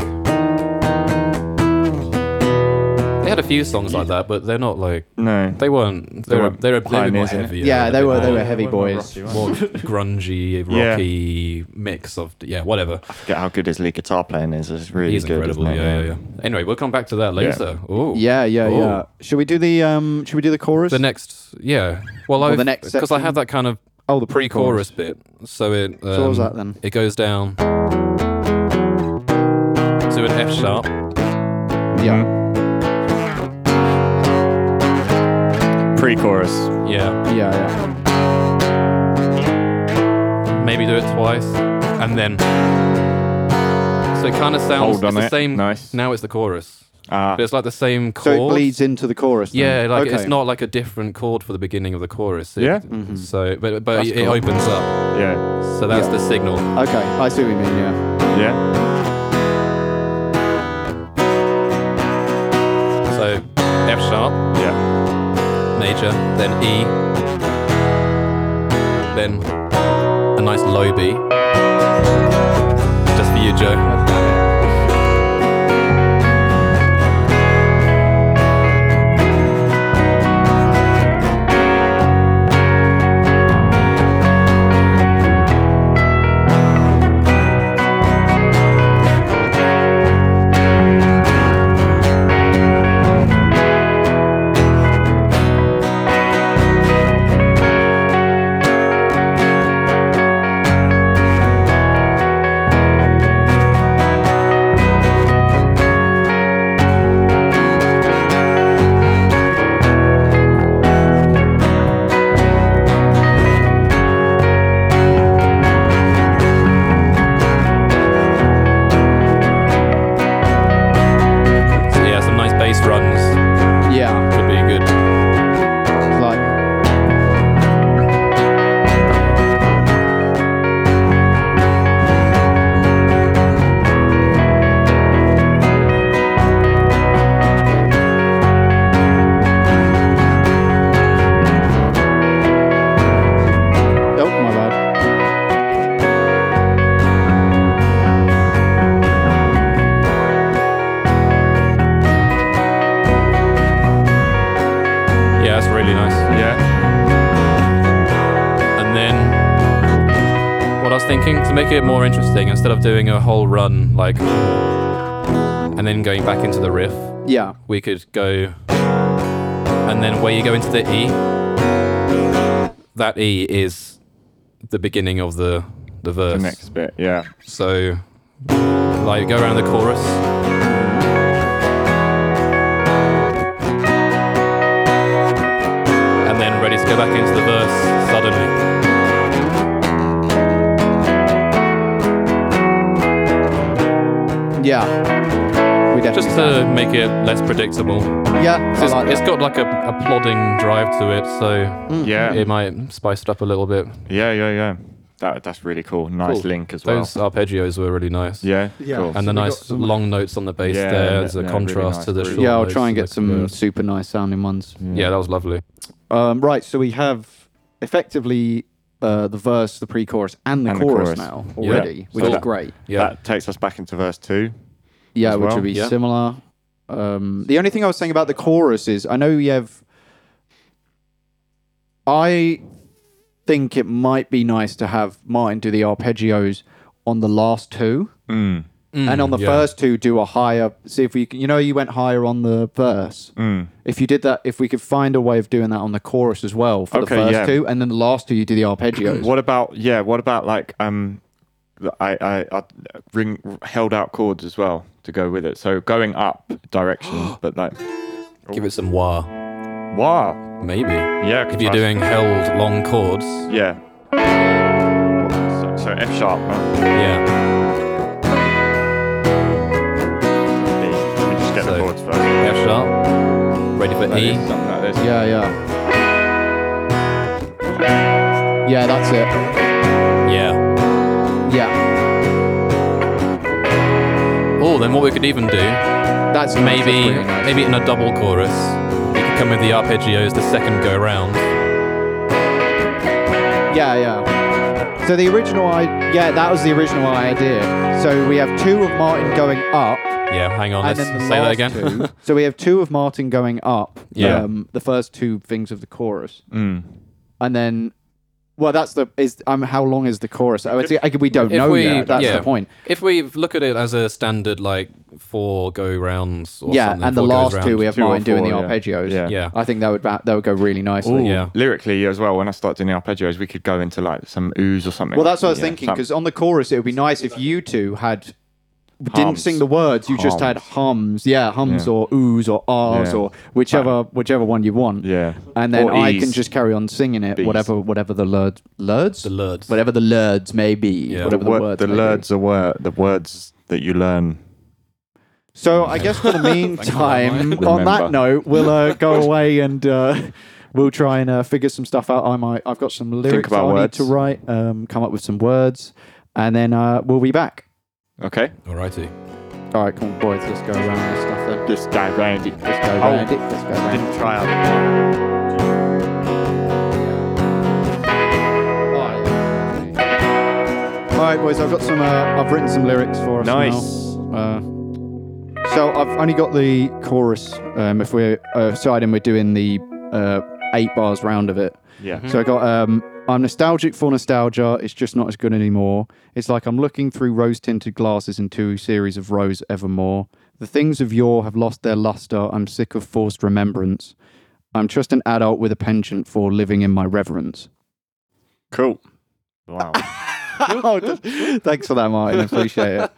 Speaker 2: they had a few songs like that, but they're not like
Speaker 4: no.
Speaker 2: they weren't. They,
Speaker 4: They
Speaker 2: were
Speaker 4: were
Speaker 2: they were, they were more
Speaker 4: pioneers in it.
Speaker 2: heavy.
Speaker 3: yeah, they were they were heavy
Speaker 4: Well, well,
Speaker 3: boys.
Speaker 4: Rocky, right?
Speaker 2: more grungy,
Speaker 4: Yeah.
Speaker 2: rocky mix of yeah, whatever.
Speaker 4: Forget how good his lead guitar playing is. It's really
Speaker 2: He's
Speaker 4: good.
Speaker 2: incredible.
Speaker 4: isn't
Speaker 2: Yeah,
Speaker 4: it?
Speaker 2: yeah, yeah. Anyway, we'll come back to that later. Oh,
Speaker 3: Yeah, yeah,
Speaker 2: Oh.
Speaker 3: yeah. Should we do the um? Should we do the chorus?
Speaker 2: The next, yeah. Well, I
Speaker 3: the next
Speaker 2: because I
Speaker 3: section?
Speaker 2: had that kind of
Speaker 3: oh, the
Speaker 2: pre-chorus bit, so it. Um,
Speaker 3: what was that then?
Speaker 2: It goes down to an F sharp. um,
Speaker 3: Yeah,
Speaker 4: Pre-chorus.
Speaker 2: Yeah.
Speaker 3: yeah, yeah.
Speaker 2: maybe do it twice, and then. So it kind of sounds
Speaker 4: Hold on
Speaker 2: it's the
Speaker 4: it.
Speaker 2: same.
Speaker 4: Nice.
Speaker 2: Now it's the chorus,
Speaker 4: Ah,
Speaker 2: but it's like the same chord.
Speaker 3: So it bleeds into the chorus.
Speaker 2: Yeah,
Speaker 3: then?
Speaker 2: like
Speaker 3: okay.
Speaker 2: it's not like a different chord for the beginning of the chorus. It-
Speaker 4: Yeah?
Speaker 2: So, but but
Speaker 4: That's
Speaker 2: it
Speaker 4: cool.
Speaker 2: opens up.
Speaker 4: yeah,
Speaker 2: So that's
Speaker 3: Mm-hmm. Yeah.
Speaker 2: the signal.
Speaker 3: Okay, I see what you mean. Yeah,
Speaker 4: yeah.
Speaker 2: So F sharp,
Speaker 4: Yeah.
Speaker 2: major, then E, then a nice low B. Just for you, Joe. So yeah, some nice bass runs
Speaker 3: yeah,
Speaker 2: would be good.
Speaker 3: like oh, oh my bad.
Speaker 2: Yeah, that's really nice.
Speaker 4: Yeah.
Speaker 2: And then what I was thinking to make it more interesting, instead of doing a whole run like and then going back into the riff,
Speaker 3: Yeah,
Speaker 2: we could go and then where you go into the E, that E is the beginning of the the
Speaker 4: The
Speaker 2: verse.
Speaker 4: next bit. Yeah.
Speaker 2: So like go around the chorus. And then ready to go back into the verse suddenly.
Speaker 3: yeah. We definitely
Speaker 2: Just to make it less predictable.
Speaker 3: yeah, I
Speaker 2: It's,
Speaker 3: like
Speaker 2: it's
Speaker 3: that. Mm.
Speaker 2: got like a, a plodding drive to it, so
Speaker 4: Yeah.
Speaker 2: it might spice it up a little bit.
Speaker 4: Yeah. Yeah. Yeah. That that's really cool. Nice
Speaker 2: Cool.
Speaker 4: link as well.
Speaker 2: Those arpeggios were really nice.
Speaker 4: yeah.
Speaker 3: Yeah.
Speaker 4: Cool.
Speaker 2: And
Speaker 3: So
Speaker 2: the
Speaker 3: we got
Speaker 2: nice
Speaker 3: some-
Speaker 2: long notes on the bass
Speaker 4: Yeah,
Speaker 2: there as
Speaker 4: yeah,
Speaker 2: a
Speaker 4: yeah, really
Speaker 2: contrast
Speaker 4: nice
Speaker 2: to the
Speaker 4: groove.
Speaker 2: short
Speaker 3: Yeah, I'll
Speaker 2: notes
Speaker 3: try and
Speaker 2: that
Speaker 3: get
Speaker 2: they
Speaker 3: some
Speaker 2: were-
Speaker 3: super nice sounding ones.
Speaker 4: Mm.
Speaker 2: Yeah, that was lovely.
Speaker 3: Um, right, so we have effectively uh, the verse, the pre-chorus, and the,
Speaker 4: And the
Speaker 3: chorus,
Speaker 4: chorus.
Speaker 3: now
Speaker 2: Yeah.
Speaker 3: already, which
Speaker 4: So
Speaker 3: is
Speaker 4: that-
Speaker 3: great.
Speaker 2: Yeah.
Speaker 4: That takes us back into verse two.
Speaker 3: Yeah,
Speaker 4: as
Speaker 3: which
Speaker 4: well.
Speaker 3: would be
Speaker 2: Yeah.
Speaker 3: similar. Um, the only thing I was saying about the chorus is I know you have. I think it might be nice to have Martin do the arpeggios on the last two,
Speaker 4: Mm.
Speaker 3: and on the
Speaker 2: yeah.
Speaker 3: first two do a higher. See if we, can, you know, you went higher on the verse.
Speaker 4: Mm.
Speaker 3: If you did that, if we could find a way of doing that on the chorus as well for
Speaker 4: Okay,
Speaker 3: the first
Speaker 4: yeah.
Speaker 3: two, and then the last two you do the arpeggios.
Speaker 4: What about yeah? What about like um, the- I I, I ring held out chords as well to go with it. So going up direction, but like
Speaker 2: give it some wah,
Speaker 4: wow,
Speaker 2: maybe.
Speaker 4: yeah.
Speaker 2: If you're
Speaker 4: percussion.
Speaker 2: doing held long chords,
Speaker 4: yeah. So, so F sharp. Huh?
Speaker 2: yeah,
Speaker 4: D. Let me just get the
Speaker 2: So-
Speaker 4: chords first.
Speaker 2: F sharp, ready for
Speaker 4: Like
Speaker 2: E.
Speaker 4: this, something like this.
Speaker 3: Yeah, yeah. Yeah, that's it.
Speaker 2: Yeah.
Speaker 3: Yeah,
Speaker 2: Oh, then what we could even do,
Speaker 3: that's nice, that's
Speaker 2: maybe
Speaker 3: really nice.
Speaker 2: maybe in a double chorus, we could come with the arpeggios the second go round.
Speaker 3: Yeah, yeah. So the original, I yeah, that was the original idea. So we have two of Martin going up,
Speaker 2: Yeah, hang on,
Speaker 3: and
Speaker 2: let's
Speaker 3: then the
Speaker 2: say that
Speaker 3: last
Speaker 2: again.
Speaker 3: two. So we have two of Martin going up.
Speaker 2: Yeah.
Speaker 3: Um, the first two things of the chorus,
Speaker 4: Mm.
Speaker 3: and then, well, that's the is um, how long is the chorus? Oh, it's, I, we don't
Speaker 2: If
Speaker 3: know
Speaker 2: we-
Speaker 3: yet. That's
Speaker 2: yeah.
Speaker 3: the point.
Speaker 2: If we look at it as a standard like four go rounds or
Speaker 3: Yeah,
Speaker 2: something,
Speaker 3: and the
Speaker 2: four goes
Speaker 3: last two
Speaker 2: round.
Speaker 3: we have
Speaker 4: Two or
Speaker 3: Martin doing the
Speaker 4: four, yeah.
Speaker 3: arpeggios.
Speaker 4: Yeah.
Speaker 2: Yeah.
Speaker 3: I think that would ba- that would go really nicely.
Speaker 2: Ooh. Yeah.
Speaker 4: Lyrically as well, when I start doing the arpeggios, we could go into like some ooze or something.
Speaker 3: Well, that's what I was
Speaker 4: Yeah,
Speaker 3: thinking
Speaker 4: some-
Speaker 3: because on the chorus it would be nice if you two had didn't
Speaker 4: Hums.
Speaker 3: sing the words. You just had hums, yeah, hums
Speaker 4: Yeah.
Speaker 3: or oohs or ahs
Speaker 4: Yeah.
Speaker 3: or whichever whichever one you want.
Speaker 4: Yeah.
Speaker 3: and then
Speaker 4: Or
Speaker 3: I
Speaker 4: E's.
Speaker 3: can just carry on singing it,
Speaker 4: B's.
Speaker 3: whatever whatever the lurd, lurds,
Speaker 2: The lurds.
Speaker 3: whatever the lurds may be, whatever the,
Speaker 4: Wor-
Speaker 3: words,
Speaker 4: the
Speaker 3: may be.
Speaker 4: words are wor- the words that you learn.
Speaker 3: So I guess for the meantime,
Speaker 2: Thank
Speaker 4: you,
Speaker 3: on that
Speaker 4: Remember.
Speaker 3: note, we'll uh, go away and uh, we'll try and uh, figure some stuff out. I might, I've got some lyrics that
Speaker 4: about
Speaker 3: I
Speaker 4: words.
Speaker 3: need to write, um, come up with some words, and then uh, we'll be back.
Speaker 4: Okay.
Speaker 2: Alrighty.
Speaker 3: All right, come on, boys, let's go around this stuff then.
Speaker 4: This guy Randy.
Speaker 3: Let's go
Speaker 4: Oh.
Speaker 3: around it. Let's go around.
Speaker 4: Didn't try out.
Speaker 3: All right, boys. I've got some. Uh, I've written some lyrics for us.
Speaker 4: Nice.
Speaker 3: now. Uh, so I've only got the chorus. Um, if we're uh, siding, we're doing the uh, eight bars round of it.
Speaker 4: Yeah.
Speaker 3: So I got. Um, I'm nostalgic for nostalgia. It's just not as good anymore. It's like I'm looking through rose-tinted glasses into a series of rose evermore. The things of yore have lost their luster. I'm sick of forced remembrance. I'm just an adult with a penchant for living in my reverence.
Speaker 4: Cool. Wow.
Speaker 3: Oh, th- Thanks for that, Martin. Appreciate it.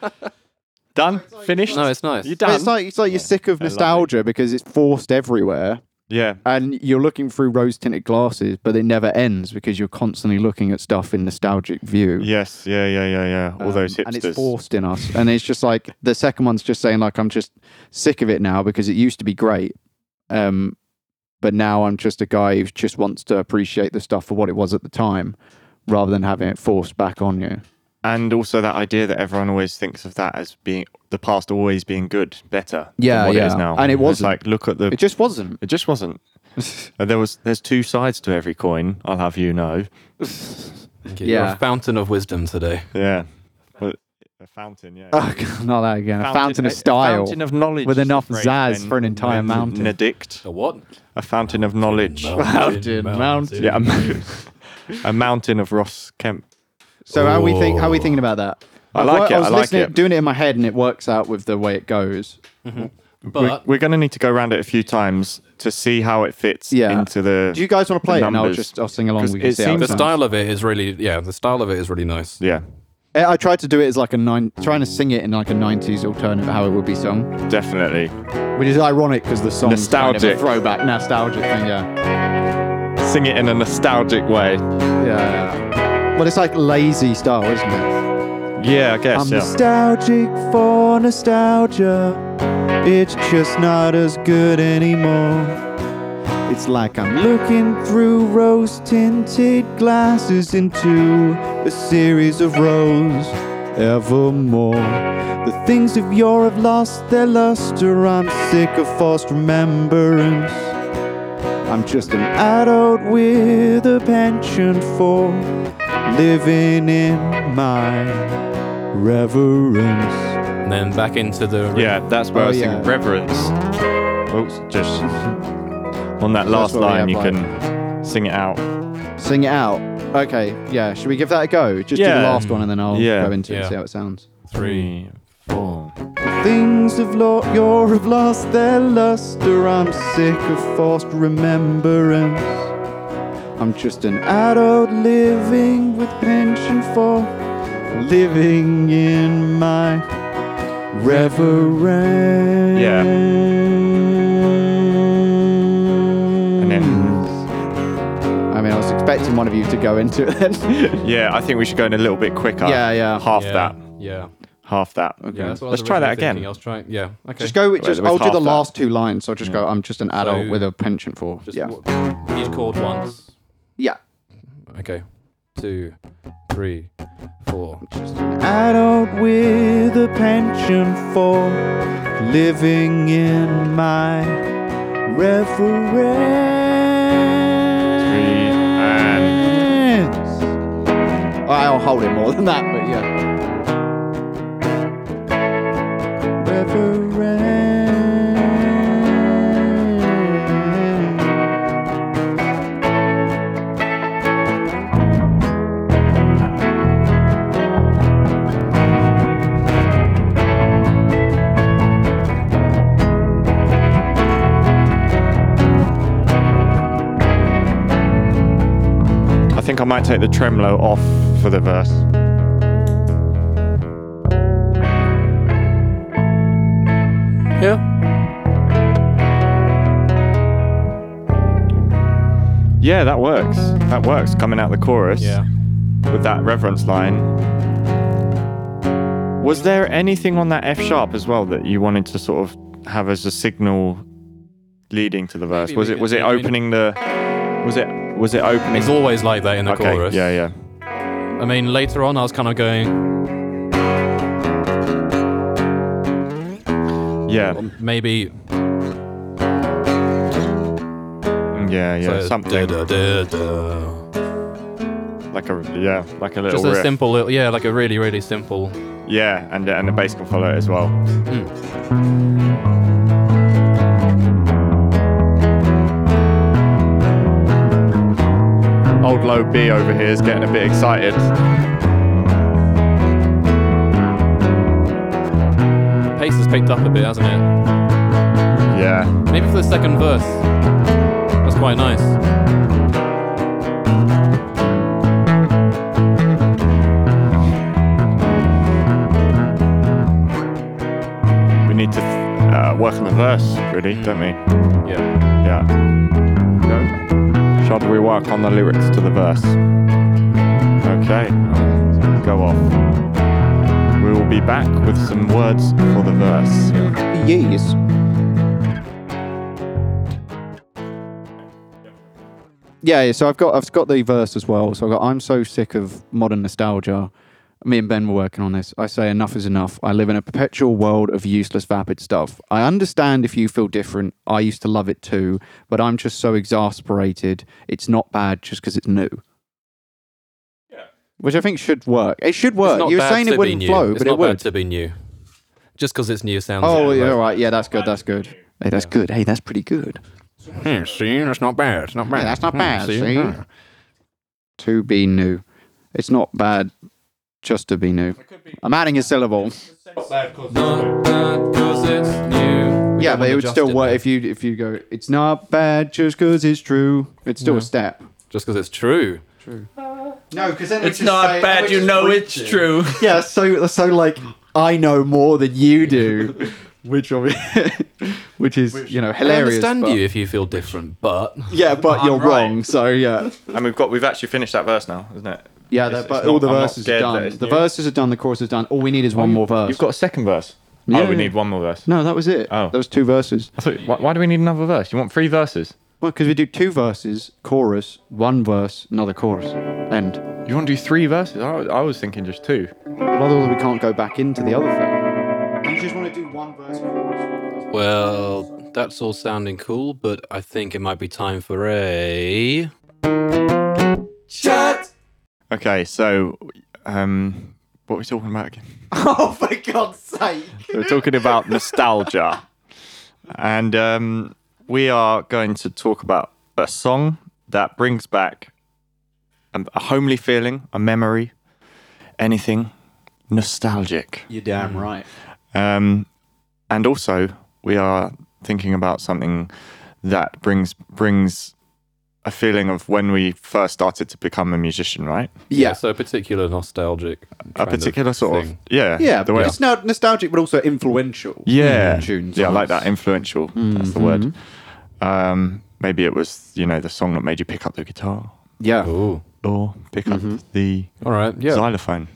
Speaker 4: Done. Finished.
Speaker 2: No, it's nice.
Speaker 4: you
Speaker 3: But
Speaker 4: done.
Speaker 3: it's like it's like you're sick of
Speaker 4: I love it.
Speaker 3: nostalgia because it's forced everywhere,
Speaker 4: yeah.
Speaker 3: and you're looking through rose-tinted glasses, but it never ends because you're constantly looking at stuff in nostalgic view.
Speaker 4: Yes. Yeah. Yeah. Yeah. Yeah. All
Speaker 3: Um,
Speaker 4: those hipsters.
Speaker 3: and it's forced in us, and it's just like the second one's just saying like I'm just sick of it now because it used to be great, um, but now I'm just a guy who just wants to appreciate the stuff for what it was at the time, rather than having it forced back on you.
Speaker 4: and also that idea that everyone always thinks of that as being the past always being good, better.
Speaker 3: Yeah,
Speaker 4: Than what
Speaker 3: yeah.
Speaker 4: It is now.
Speaker 3: And it
Speaker 4: It's
Speaker 3: wasn't.
Speaker 4: like look at the.
Speaker 3: It just wasn't.
Speaker 4: It just wasn't. Uh, there was. There's two sides to every coin. I'll have you know.
Speaker 2: Thank you. You're
Speaker 3: Yeah.
Speaker 2: a fountain of wisdom today.
Speaker 4: Yeah. But a fountain. Yeah.
Speaker 3: Oh, God, not that again. a fountain
Speaker 4: a-
Speaker 3: of style.
Speaker 4: fountain of knowledge.
Speaker 3: With
Speaker 4: is
Speaker 3: enough
Speaker 4: the phrase
Speaker 3: zazz
Speaker 4: when-
Speaker 3: for an entire
Speaker 4: when
Speaker 3: mountain.
Speaker 4: An addict.
Speaker 2: A what?
Speaker 4: A fountain of knowledge.
Speaker 3: Mountain, mountain.
Speaker 4: Yeah. A, mo- a mountain of Ross Kemp.
Speaker 3: So how we think? How we
Speaker 2: Ooh.
Speaker 3: thinking about that?
Speaker 4: I like
Speaker 3: wor-
Speaker 4: it,
Speaker 3: I was
Speaker 4: I like
Speaker 3: listening,
Speaker 4: it.
Speaker 3: doing it in my head, and it works out with the way it goes.
Speaker 4: We're,
Speaker 2: But
Speaker 4: we're going to need to go around it a few times to see how it fits
Speaker 3: Yeah.
Speaker 4: into the.
Speaker 3: Do you guys want to play it? And I'll
Speaker 4: numbers.
Speaker 3: just I'll sing along.
Speaker 4: 'Cause
Speaker 3: We can
Speaker 4: it
Speaker 3: see how it
Speaker 4: seems-
Speaker 2: the
Speaker 3: sounds.
Speaker 2: style of it is really yeah, the style of it is really nice.
Speaker 4: Yeah,
Speaker 3: I I tried to do it as like a nine, trying to sing it in like a '90s alternative, how it would be sung,
Speaker 4: definitely.
Speaker 3: which is ironic because the song kind
Speaker 4: Nostalgic.
Speaker 3: of a throwback, nostalgic thing. Yeah,
Speaker 4: Sing it in a nostalgic way.
Speaker 3: yeah. yeah. Well, it's like lazy style, isn't it?
Speaker 4: Yeah, I guess.
Speaker 3: I'm
Speaker 4: yeah.
Speaker 3: nostalgic for nostalgia. It's just not as good anymore. It's like I'm looking through rose tinted glasses into a series of rows evermore. The things of yore have lost their luster. I'm sick of forced remembrance. I'm just an adult with a penchant for living in my reverence.
Speaker 2: And then back into the.
Speaker 4: Yeah, that's where I
Speaker 3: Oh,
Speaker 4: was thinking
Speaker 3: yeah.
Speaker 4: reverence. Oops, just on that
Speaker 3: That's
Speaker 4: last
Speaker 3: what we
Speaker 4: line,
Speaker 3: have,
Speaker 4: you
Speaker 3: like-
Speaker 4: can sing it out.
Speaker 3: Sing it out. Okay, yeah. Should we give that a go? Just do the
Speaker 4: Yeah.
Speaker 3: last one and then I'll
Speaker 4: Yeah.
Speaker 3: go into it and
Speaker 2: Yeah.
Speaker 3: see how it sounds.
Speaker 2: Three.
Speaker 4: four.
Speaker 3: Things of lo- yore have lost their luster. I'm sick of forced remembrance. I'm just an adult living with pension for living in my reverence.
Speaker 4: Yeah. then-
Speaker 3: I mean, I was expecting one of you to go into it. Then.
Speaker 4: Yeah, I think we should go in a little bit quicker.
Speaker 3: Yeah, yeah.
Speaker 4: Half
Speaker 2: yeah,
Speaker 4: that.
Speaker 2: Yeah.
Speaker 4: Half that.
Speaker 2: Yeah, that's what I was
Speaker 4: Let's try that
Speaker 2: originally
Speaker 4: again.
Speaker 2: thinking. I was trying. Yeah. Okay.
Speaker 3: just go. With,
Speaker 4: Wait,
Speaker 3: just
Speaker 4: with
Speaker 3: I'll do
Speaker 4: half
Speaker 3: the
Speaker 4: that.
Speaker 3: last two lines. So I'll just go. I'm just an adult
Speaker 2: So-
Speaker 3: with a penchant for.
Speaker 2: Just
Speaker 3: yeah.
Speaker 2: w- each chord once.
Speaker 3: yeah.
Speaker 2: Okay. Two, three, four.
Speaker 3: Just an adult with a penchant for living in my reference. I'll hold it more than that, but yeah. Reference.
Speaker 4: I think I might take the tremolo off for the verse.
Speaker 2: Yeah.
Speaker 4: Yeah, that works. That works coming out the chorus
Speaker 2: Yeah.
Speaker 4: with that reverence line. Was there anything on that F sharp as well that you wanted to sort of have as a signal leading to the verse?
Speaker 2: Maybe
Speaker 4: was
Speaker 2: we
Speaker 4: it
Speaker 2: could-
Speaker 4: was it
Speaker 2: I mean-
Speaker 4: opening the was it was it opening
Speaker 2: It's always like that in the
Speaker 4: Okay,
Speaker 2: chorus.
Speaker 4: yeah, yeah.
Speaker 2: I mean, later on, I was kind of going,
Speaker 4: Yeah.
Speaker 2: maybe.
Speaker 4: Yeah, yeah.
Speaker 2: so,
Speaker 4: Something
Speaker 2: da, da, da, da.
Speaker 4: like a yeah, like a little
Speaker 2: Just a
Speaker 4: riff.
Speaker 2: simple little, yeah, like a really, really simple.
Speaker 4: Yeah, and uh, and the bass can follow it as well. Old low B over here is getting a bit excited.
Speaker 2: Pace has picked up a bit, hasn't it?
Speaker 4: Yeah,
Speaker 2: Maybe for the second verse. That's quite nice.
Speaker 4: we need to uh, work on the verse, really, don't we?
Speaker 2: Yeah.
Speaker 4: Yeah. Should we work on the lyrics to the verse? Okay, go off. We will be back with some words for the verse.
Speaker 3: Yes. Yeah, yeah, so I've got I've got the verse as well. So I've got I'm so sick of modern nostalgia. Me and Ben were working on this. I say enough is enough. I live in a perpetual world of useless vapid stuff. I understand if you feel different. I used to love it too, but I'm just so exasperated. It's not bad just because it's new. Which I think should work. It should work.
Speaker 2: It's not
Speaker 3: you were
Speaker 2: bad
Speaker 3: saying
Speaker 2: to
Speaker 3: it
Speaker 2: be
Speaker 3: wouldn't
Speaker 2: new.
Speaker 3: flow,
Speaker 2: it's
Speaker 3: but
Speaker 2: not
Speaker 3: it would.
Speaker 2: bad to be new. Just because it's new sounds.
Speaker 3: Oh, yeah, all right. Yeah, that's good. That's good. Hey, that's good. Hey, that's pretty good.
Speaker 2: Hmm, see, that's not bad. It's not bad.
Speaker 3: Yeah, that's not
Speaker 2: Hmm,
Speaker 3: bad. See?
Speaker 2: hmm.
Speaker 3: To be new. It's not bad just to be new. I'm adding a syllable.
Speaker 2: Not bad 'cause it's new. We
Speaker 3: yeah,
Speaker 2: haven't
Speaker 3: but it would still
Speaker 2: adjusted
Speaker 3: work
Speaker 2: that.
Speaker 3: if you if you go. It's not bad just because it's true. It's still a step.
Speaker 2: Just because it's true.
Speaker 3: No, because then
Speaker 5: It's not
Speaker 3: "Oh,
Speaker 5: bad, you know it's true.
Speaker 3: Yeah, so so like I know more than you do, which obvi- which is you know hilarious.
Speaker 2: I understand
Speaker 3: but-
Speaker 2: you if you feel different, but
Speaker 3: Yeah, but you're
Speaker 4: right.
Speaker 3: wrong. So yeah.
Speaker 4: And we've got we've actually finished that verse now, isn't it?
Speaker 3: Yeah,
Speaker 4: It's-
Speaker 3: that, but
Speaker 4: it's
Speaker 3: all
Speaker 4: not-
Speaker 3: the
Speaker 4: I'm not
Speaker 3: verses are
Speaker 4: scared that
Speaker 3: done.
Speaker 4: it's
Speaker 3: The
Speaker 4: new. Oh,
Speaker 3: verses are done. The chorus is done. All we need is one more verse.
Speaker 4: You've got a second verse.
Speaker 3: Yeah.
Speaker 4: Oh, we need one more verse.
Speaker 3: no, that was it.
Speaker 4: Oh.
Speaker 3: That was two verses.
Speaker 4: I thought, why, why do we need another verse? You want three verses?
Speaker 3: Well, because we do two verses, chorus, one verse, another chorus, end.
Speaker 4: You want to do three verses? I, I was thinking just two.
Speaker 3: Well, otherwise we can't go back into the other thing. You just want to do one verse, chorus.
Speaker 2: Well, that's all sounding cool, but I think it might be time for a.
Speaker 4: Okay, so um, what are we talking about again?
Speaker 3: Oh, for God's sake!
Speaker 4: We're talking about nostalgia. And um, we are going to talk about a song that brings back a, a homely feeling, a memory, anything nostalgic.
Speaker 3: You're damn right.
Speaker 4: Um, and also, we are thinking about something that brings brings a feeling of when we first started to become a musician, right?
Speaker 3: Yeah.
Speaker 2: So a particular nostalgic.
Speaker 4: A
Speaker 2: kind
Speaker 4: particular sort of
Speaker 2: thing.
Speaker 4: yeah,
Speaker 3: Yeah,
Speaker 4: the way
Speaker 3: it's not nostalgic, but also influential.
Speaker 4: yeah
Speaker 3: in tunes.
Speaker 4: yeah i
Speaker 3: on
Speaker 4: like
Speaker 3: us.
Speaker 4: that influential that's
Speaker 2: Mm-hmm.
Speaker 4: the word um maybe it was you know the song that made you pick up the guitar
Speaker 3: Yeah,
Speaker 2: Ooh.
Speaker 4: or pick
Speaker 2: Mm-hmm.
Speaker 4: up the
Speaker 2: All right. Yeah.
Speaker 4: xylophone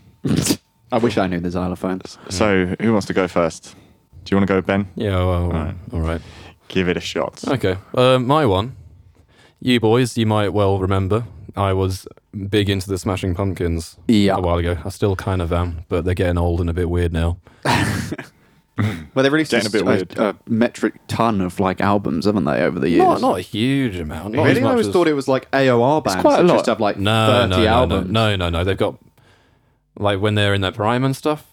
Speaker 3: I wish I knew the xylophone.
Speaker 4: so who wants to go first do you want to go ben
Speaker 2: yeah. Well, All right.
Speaker 4: give it a shot
Speaker 2: Okay. Uh, my one. You boys, you might well remember. I was big into the Smashing Pumpkins
Speaker 3: Yeah.
Speaker 2: a while ago. I still kind of am, but they're getting old and a bit weird now.
Speaker 3: Well, they released
Speaker 4: Getting a
Speaker 3: a,
Speaker 4: bit weird.
Speaker 3: a metric ton of like albums, haven't they, over the years?
Speaker 2: Not, not a huge amount. Not
Speaker 3: really?
Speaker 2: as
Speaker 3: I
Speaker 2: much
Speaker 3: always
Speaker 2: as-
Speaker 3: thought it was like AOR bands.
Speaker 4: quite a
Speaker 3: that
Speaker 4: lot.
Speaker 3: Just have like
Speaker 2: no, no,
Speaker 3: thirty
Speaker 2: no, no,
Speaker 3: albums.
Speaker 2: no, no, no. They've got like when they're in their prime and stuff,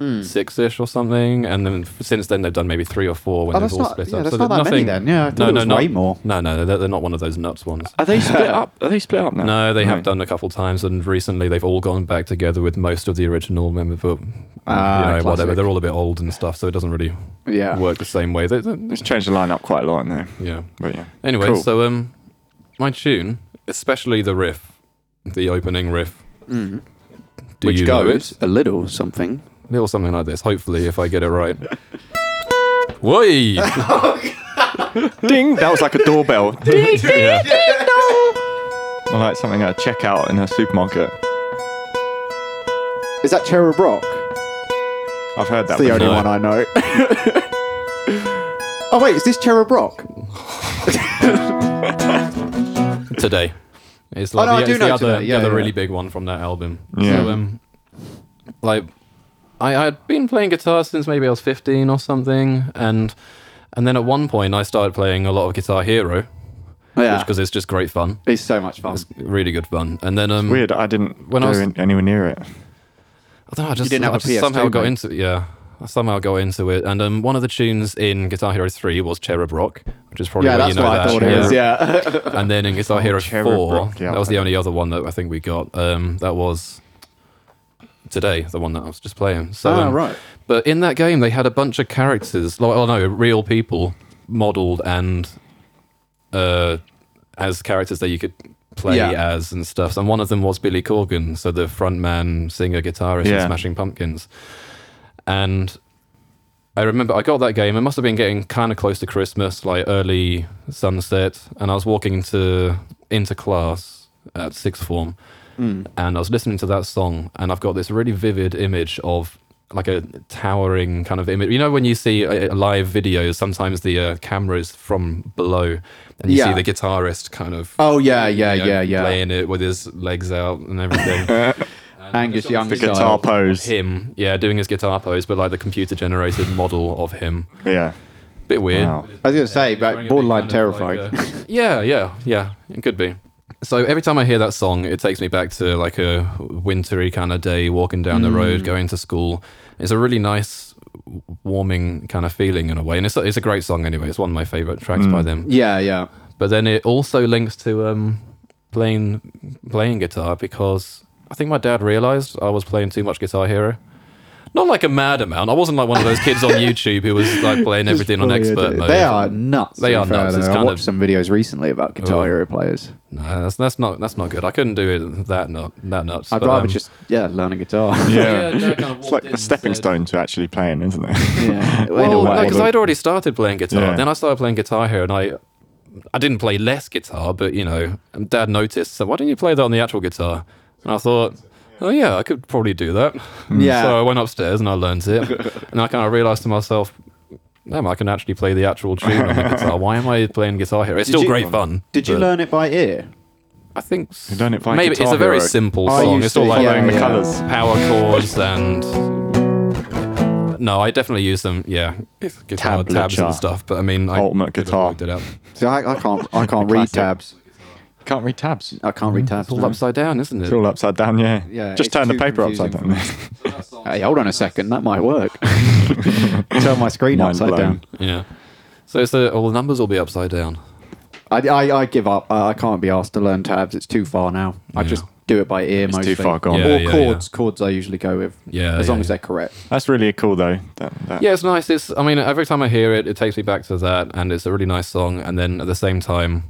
Speaker 3: Hmm.
Speaker 2: six-ish or something, and then f- since then they've done maybe three or four when
Speaker 3: Oh,
Speaker 2: they've
Speaker 3: that's
Speaker 2: all
Speaker 3: not-
Speaker 2: split
Speaker 3: yeah,
Speaker 2: up.
Speaker 3: that's
Speaker 2: so
Speaker 3: not
Speaker 2: there's
Speaker 3: that many
Speaker 2: nothing,
Speaker 3: then. Yeah, I thought
Speaker 2: no,
Speaker 3: it
Speaker 2: no,
Speaker 3: was
Speaker 2: not,
Speaker 3: way more.
Speaker 2: No, no, they're, they're not one of those nuts ones.
Speaker 4: are they split up are they split up now
Speaker 2: No, they have
Speaker 4: Right.
Speaker 2: done a couple times, and recently they've all gone back together with most of the original members,
Speaker 3: Ah,
Speaker 2: but you know, whatever.
Speaker 3: classic. Ah.
Speaker 2: They're all a bit old and stuff, so it doesn't really
Speaker 3: Yeah.
Speaker 2: work the same way. They, they-
Speaker 4: it's changed the lineup quite a lot now
Speaker 2: yeah.
Speaker 4: but yeah
Speaker 2: Anyway,
Speaker 4: Cool.
Speaker 2: so um, my tune, especially the riff, the opening riff. Do
Speaker 3: Mm-hmm. Which
Speaker 2: you know it?
Speaker 3: goes a little something.
Speaker 2: Little something like this. Hopefully, if I get it right. Woi!
Speaker 4: ding that was like a doorbell or like something at a checkout in a supermarket
Speaker 3: Is that Cherub Rock?
Speaker 4: i've heard that
Speaker 3: It's the only
Speaker 4: before.
Speaker 2: No.
Speaker 3: one I know. oh wait, is this Cherub Rock?
Speaker 2: today. It's like
Speaker 3: Oh, no,
Speaker 2: the,
Speaker 3: I do
Speaker 2: it's the
Speaker 3: know
Speaker 2: other,
Speaker 3: today. Yeah,
Speaker 2: the other
Speaker 3: yeah,
Speaker 2: really
Speaker 3: yeah.
Speaker 2: big one from that album.
Speaker 4: Yeah.
Speaker 2: So, um, like, I I had been playing guitar since maybe I was fifteen or something, and and then at one point I started playing a lot of Guitar Hero,
Speaker 3: Yeah,
Speaker 2: because it's just great fun,
Speaker 3: it's so much fun.
Speaker 2: really good fun. And then um,
Speaker 4: weird i didn't
Speaker 2: When
Speaker 4: when
Speaker 2: I
Speaker 4: go
Speaker 2: was-
Speaker 4: in anywhere near it
Speaker 2: I don't know. I just,
Speaker 3: didn't have
Speaker 2: I
Speaker 3: a
Speaker 2: just
Speaker 3: PS2,
Speaker 2: somehow got
Speaker 3: mate.
Speaker 2: into yeah. I somehow got into it, and um, one of the tunes in Guitar Hero Three was Cherub Rock, which is probably
Speaker 3: Yeah,
Speaker 2: where
Speaker 3: that's
Speaker 2: you know
Speaker 3: what
Speaker 2: that.
Speaker 3: I thought it was. Yeah.
Speaker 2: and then in Guitar Hero
Speaker 4: Cherub
Speaker 2: 4,
Speaker 4: Rock, yeah.
Speaker 2: that was the only other one that I think we got. Um, that was today, the one that I was just playing. So,
Speaker 3: Ah,
Speaker 2: um,
Speaker 3: right.
Speaker 2: But in that game, they had a bunch of characters, like, oh no, real people modeled and uh, as characters that you could play
Speaker 3: Yeah.
Speaker 2: as and stuff. And one of them was Billy Corgan, so the frontman, singer, guitarist in
Speaker 4: Yeah.
Speaker 2: Smashing Pumpkins. And I remember I got that game. It must have been getting kind of close to Christmas, like early sunset, and I was walking into into class at sixth form,
Speaker 3: Hmm.
Speaker 2: and I was listening to that song, and I've got this really vivid image of like a towering kind of image. You know when you see uh, live videos, sometimes the uh, camera is from below, and you
Speaker 3: Yeah.
Speaker 2: see the guitarist kind of
Speaker 3: Oh yeah, yeah,
Speaker 2: you know,
Speaker 3: yeah, yeah.
Speaker 2: playing it with his legs out and everything.
Speaker 3: Angus Young
Speaker 4: the
Speaker 3: style.
Speaker 4: guitar pose
Speaker 2: him, yeah, doing his guitar pose, but like the computer generated model of him.
Speaker 4: yeah
Speaker 2: Bit weird.
Speaker 4: Wow.
Speaker 3: I was gonna say,
Speaker 2: Wearing
Speaker 3: but
Speaker 2: a
Speaker 3: borderline
Speaker 2: big kind of,
Speaker 3: terrifying.
Speaker 2: like, uh, yeah, yeah, yeah. It could be. So every time I hear that song, it takes me back to like a wintry kind of day, walking down the
Speaker 3: Mm.
Speaker 2: road, going to school. It's a really nice, warming kind of feeling in a way, and it's a, it's a great song anyway. It's one of my favorite tracks
Speaker 3: Mm.
Speaker 2: by them.
Speaker 3: yeah, yeah.
Speaker 2: But then it also links to um, playing playing guitar because I think my dad realized I was playing too much Guitar Hero. Not like a mad amount. I wasn't like one of those kids on YouTube who was like playing everything on expert mode.
Speaker 3: They are nuts.
Speaker 2: They
Speaker 3: to be
Speaker 2: are
Speaker 3: fair,
Speaker 2: nuts.
Speaker 3: though.
Speaker 2: It's
Speaker 3: I
Speaker 2: kind
Speaker 3: watched
Speaker 2: of- Oh.
Speaker 3: some videos recently about Guitar Hero players.
Speaker 2: No, that's that's not that's not good. I couldn't do it that not that nuts.
Speaker 3: I'd
Speaker 2: but,
Speaker 3: rather
Speaker 2: um,
Speaker 3: just yeah learn a guitar.
Speaker 4: Yeah.
Speaker 2: Dad kind of
Speaker 4: it's
Speaker 2: walked
Speaker 4: like
Speaker 2: in
Speaker 4: the
Speaker 2: and
Speaker 4: stepping
Speaker 2: said-
Speaker 4: stone to actually playing, isn't it?
Speaker 3: yeah.
Speaker 2: Well,
Speaker 4: way.
Speaker 2: because I'd already started playing guitar.
Speaker 4: Yeah.
Speaker 2: Then I started playing guitar here, and I I didn't play less guitar, but you know, and Dad noticed. So why didn't you play that on the actual guitar? And I thought. Oh yeah, I could probably do that.
Speaker 3: Yeah.
Speaker 2: So I went upstairs and I learned it, and I kind of realized to myself, damn, I can actually play the actual tune on the guitar. Why am I playing guitar here? It's
Speaker 3: Did
Speaker 2: still
Speaker 3: you-
Speaker 2: great fun.
Speaker 3: Did you
Speaker 2: but
Speaker 3: learn it by ear?
Speaker 2: I think s-
Speaker 4: You learn it via
Speaker 2: maybe it's
Speaker 4: Guitar
Speaker 2: a very
Speaker 4: Hero.
Speaker 2: simple
Speaker 3: I
Speaker 2: song.
Speaker 3: used
Speaker 2: It's all
Speaker 3: to-
Speaker 2: like
Speaker 3: Following the
Speaker 2: yeah.
Speaker 4: colours.
Speaker 2: power chords and no, I definitely use them. Yeah, guitar
Speaker 4: Tablature.
Speaker 2: tabs and stuff. But I mean, I
Speaker 4: Ultimate
Speaker 2: could've
Speaker 4: guitar.
Speaker 2: worked it out.
Speaker 3: See, I, I can't. I can't read
Speaker 4: Classic.
Speaker 3: tabs.
Speaker 4: Can't read tabs.
Speaker 3: I can't read tabs.
Speaker 2: It's all
Speaker 3: no.
Speaker 2: upside down, isn't
Speaker 4: It's all upside down, yeah.
Speaker 3: Yeah,
Speaker 4: Just
Speaker 3: it's
Speaker 4: turn the
Speaker 3: too
Speaker 4: paper
Speaker 3: confusing
Speaker 4: upside
Speaker 3: for
Speaker 4: down.
Speaker 3: Hey, hold on a second. That might work. Turn my screen
Speaker 4: Mind
Speaker 3: upside
Speaker 4: blown.
Speaker 3: down.
Speaker 2: Yeah. So it's the, all the numbers will be upside down.
Speaker 3: I, I, I give up. I, I can't be asked to learn tabs. It's too far now. I
Speaker 2: Yeah.
Speaker 3: just do it by ear
Speaker 4: It's
Speaker 3: mostly.
Speaker 4: too far gone.
Speaker 2: Yeah,
Speaker 3: or
Speaker 2: yeah,
Speaker 3: chords. Chords I usually go with.
Speaker 2: Yeah,
Speaker 3: As
Speaker 2: yeah,
Speaker 3: long as
Speaker 2: yeah.
Speaker 3: they're correct.
Speaker 4: That's really cool, though. That- that-
Speaker 2: Yeah, it's nice. It's I mean, every time I hear it, it takes me back to that, and it's a really nice song. And then at the same time,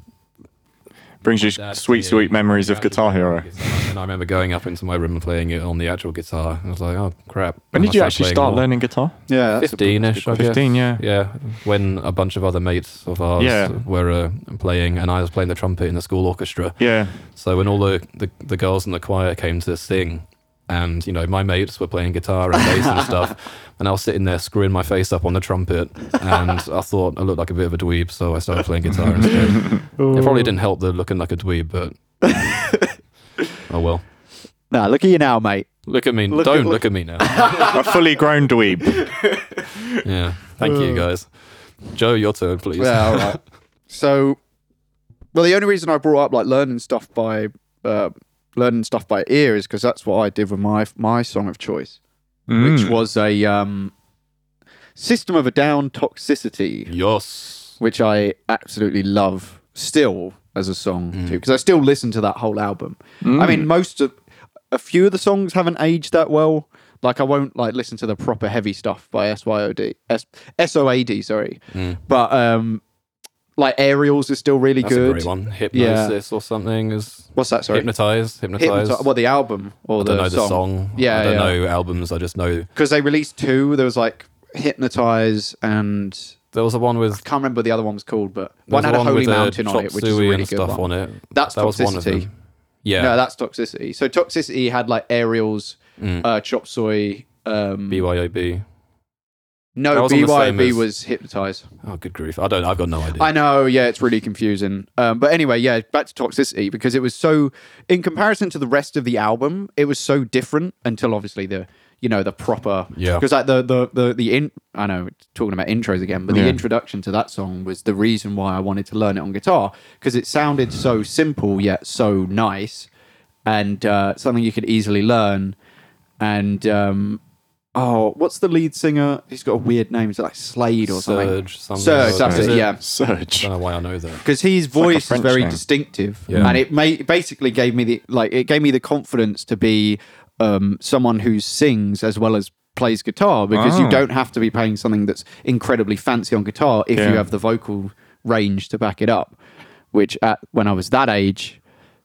Speaker 4: Brings you
Speaker 2: That's
Speaker 4: sweet,
Speaker 2: the-
Speaker 4: sweet memories of
Speaker 2: actually
Speaker 4: Guitar
Speaker 2: playing
Speaker 4: Hero.
Speaker 2: the guitar. And I remember going up into my room and playing it on the actual guitar. I was like, oh crap.
Speaker 4: When
Speaker 2: I
Speaker 4: did you
Speaker 2: must
Speaker 4: actually start
Speaker 2: start playing more.
Speaker 4: learning guitar?
Speaker 3: Yeah. that's a-
Speaker 2: Fifteen-ish, I guess.
Speaker 4: 15, yeah.
Speaker 2: Yeah, when a bunch of other mates of ours
Speaker 4: Yeah.
Speaker 2: were uh, playing, and I was playing the trumpet in the school orchestra.
Speaker 4: Yeah.
Speaker 2: So when all the, the, the girls in the choir came to sing, and you know my mates were playing guitar and bass and stuff, and I was sitting there screwing my face up on the trumpet, and I thought I looked like a bit of a dweeb, so I started playing guitar instead. It probably didn't help the looking like a dweeb, but oh well.
Speaker 3: Nah, look at you now, mate.
Speaker 2: Look at me!
Speaker 3: Look at-
Speaker 2: Don't
Speaker 3: look-
Speaker 2: look at me now.
Speaker 4: A fully grown dweeb.
Speaker 2: Yeah, thank you guys. Joe, your turn, please.
Speaker 3: Yeah, all right. so, well, the only reason I brought up like learning stuff by uh, learning stuff by ear is because that's what I did with my my song of choice, which
Speaker 4: Mm.
Speaker 3: was a um, System of a Down Toxicity,
Speaker 2: Yes.
Speaker 3: which I absolutely love still as a song
Speaker 2: Mm.
Speaker 3: too, because I still listen to that whole album. I mean, most of a few of the songs haven't aged that well. Like I won't like listen to the proper heavy stuff by SYOD, S- SOAD, sorry. But um like Aerials is still really
Speaker 2: Mm. That's
Speaker 3: good.
Speaker 2: a great one. Hypnosis or something is
Speaker 3: What's that? Sorry.
Speaker 2: hypnotize. Hypnotize.
Speaker 3: Hypnoti- Well, the album or
Speaker 2: I
Speaker 3: the,
Speaker 2: don't know
Speaker 3: song.
Speaker 2: the song.
Speaker 3: Yeah,
Speaker 2: I don't
Speaker 3: yeah.
Speaker 2: know albums. I just know
Speaker 3: Because they released two. There was like Hypnotize and
Speaker 2: there was a one with
Speaker 3: can't remember what the other one was called, but
Speaker 2: there
Speaker 3: one
Speaker 2: was
Speaker 3: had a
Speaker 2: one
Speaker 3: Holy
Speaker 2: with, uh,
Speaker 3: Mountain on
Speaker 2: Chop
Speaker 3: it, which is a
Speaker 2: Suey
Speaker 3: really
Speaker 2: and
Speaker 3: good
Speaker 2: stuff
Speaker 3: one.
Speaker 2: on it.
Speaker 3: That's
Speaker 2: that was one of
Speaker 3: toxicity.
Speaker 2: them. Yeah,
Speaker 3: No, that's Toxicity. So Toxicity had like Aerials,
Speaker 2: Mm.
Speaker 3: uh, Chop Soy. Um,
Speaker 2: BYOB.
Speaker 3: no,
Speaker 2: that was on the same
Speaker 3: BYOB
Speaker 2: as-
Speaker 3: was Hypnotize.
Speaker 2: Oh, good grief! I don't. I've got no idea.
Speaker 3: I know, yeah, it's really confusing. Um, but anyway, yeah, back to toxicity because it was so, in comparison to the rest of the album, it was so different until obviously the, you know, the proper,
Speaker 2: Yeah.
Speaker 3: because like the the the the in, I know talking about intros again, but the
Speaker 4: Yeah.
Speaker 3: introduction to that song was the reason why I wanted to learn it on guitar because it sounded so simple yet so nice, and uh, something you could easily learn, and. um Oh, what's the lead singer? He's got a weird name. Is it like Slade or
Speaker 2: Surge,
Speaker 3: something?
Speaker 2: something.
Speaker 3: Surge, that's
Speaker 2: Is
Speaker 3: it,
Speaker 2: it-
Speaker 3: yeah
Speaker 4: Surge.
Speaker 2: don't know why I know that.
Speaker 3: because his
Speaker 4: like a
Speaker 3: voice is
Speaker 4: French
Speaker 3: very
Speaker 4: name.
Speaker 3: distinctive,
Speaker 2: Yeah.
Speaker 3: and it ma- basically gave me the like it gave me the confidence to be um, someone who sings as well as plays guitar because you
Speaker 4: Oh.
Speaker 3: don't have to be playing something that's incredibly fancy on guitar if you
Speaker 4: Yeah.
Speaker 3: have the vocal range to back it up. Which at, when I was that age,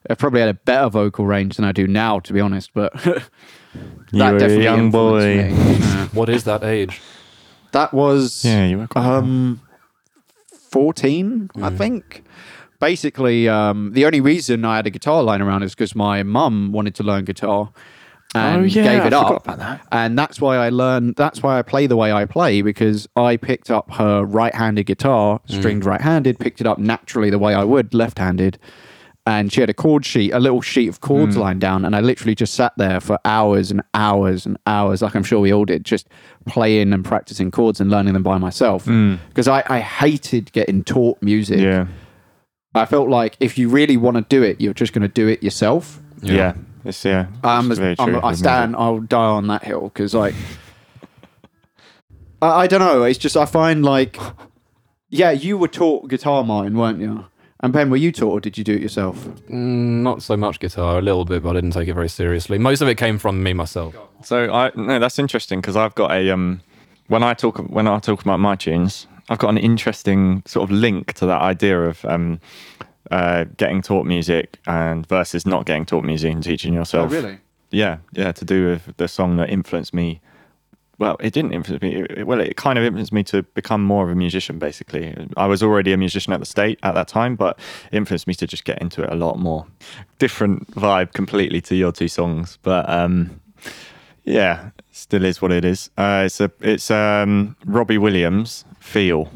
Speaker 3: I probably had a better vocal range than I do now, to be honest. But that
Speaker 4: You were a
Speaker 3: definitely
Speaker 4: young boy.
Speaker 3: influenced me. Yeah.
Speaker 2: What is that age?
Speaker 3: That was
Speaker 4: Yeah, you were quite young.
Speaker 3: um, 14, I think. Basically, um, the only reason I had a guitar lying around is because my mum wanted to learn guitar and
Speaker 4: Oh, yeah,
Speaker 3: gave it
Speaker 4: I
Speaker 3: up.
Speaker 4: forgot about that.
Speaker 3: And that's why I learned, that's why I play the way I play because I picked up her right handed guitar,
Speaker 4: Mm.
Speaker 3: stringed right handed, picked it up naturally the way I would, left handed. And she had a chord sheet, a little sheet of
Speaker 4: Mm.
Speaker 3: chords lined down. And I literally just sat there for hours and hours and hours, like I'm sure we all did, just playing and practicing chords and learning them by myself. Because I, I hated getting taught music.
Speaker 4: Mm. Yeah.
Speaker 3: I felt like if you really want to do it, you're just going to do it yourself.
Speaker 4: Yeah. It's, yeah.
Speaker 3: I'm,
Speaker 4: it's very
Speaker 3: I'm,
Speaker 4: true.
Speaker 3: Um, I stand. I'll die on that hill because like, I, I don't know. It's just I find like, yeah, you were taught guitar, Martin, weren't you? And Ben, were you taught, or did you do it yourself?
Speaker 2: Mm, not so much guitar, a little bit, but I didn't take it very seriously. Most of it came from me myself.
Speaker 4: So I no, that's interesting because I've got a um when I talk when I talk about my tunes, I've got an interesting sort of link to that idea of um uh getting taught music and versus not getting taught music and teaching yourself. Yeah, yeah, to do with the song that influenced me. Well, it didn't influence me. It- it- well, it kind of influenced me to become more of a musician. Basically, I was already a musician at the state at that time, but it influenced me to just get into it a lot more. Different vibe completely to your two songs, but um, yeah, still is what it is. Uh, it's a it's um Robbie Williams Feel,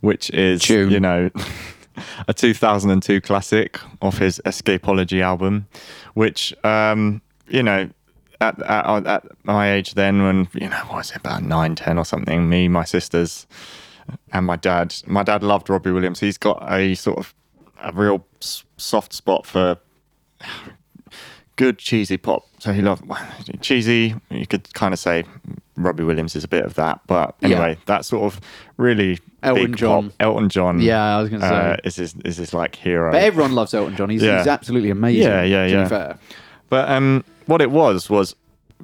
Speaker 4: which is,
Speaker 3: Tune.
Speaker 4: you know, a 2002 classic off his Escapology album, which, um, you know, at, at, at my age then, when, you know, what was it, about nine, ten or something, me, my sisters, and my dad. My dad loved Robbie Williams. He's got a sort of a real s- soft spot for good cheesy pop. So he loved cheesy. You could kind of say Robbie Williams is a bit of that, but anyway, that sort of really
Speaker 3: Elton
Speaker 4: big
Speaker 3: John.
Speaker 4: Pop, Elton John.
Speaker 3: Yeah, I was gonna say.
Speaker 4: uh, is his is his like hero.
Speaker 3: But everyone loves Elton John. He's,
Speaker 4: Yeah.
Speaker 3: he's absolutely amazing.
Speaker 4: Yeah, yeah,
Speaker 3: to be
Speaker 4: yeah.
Speaker 3: fair.
Speaker 4: But um, what it was was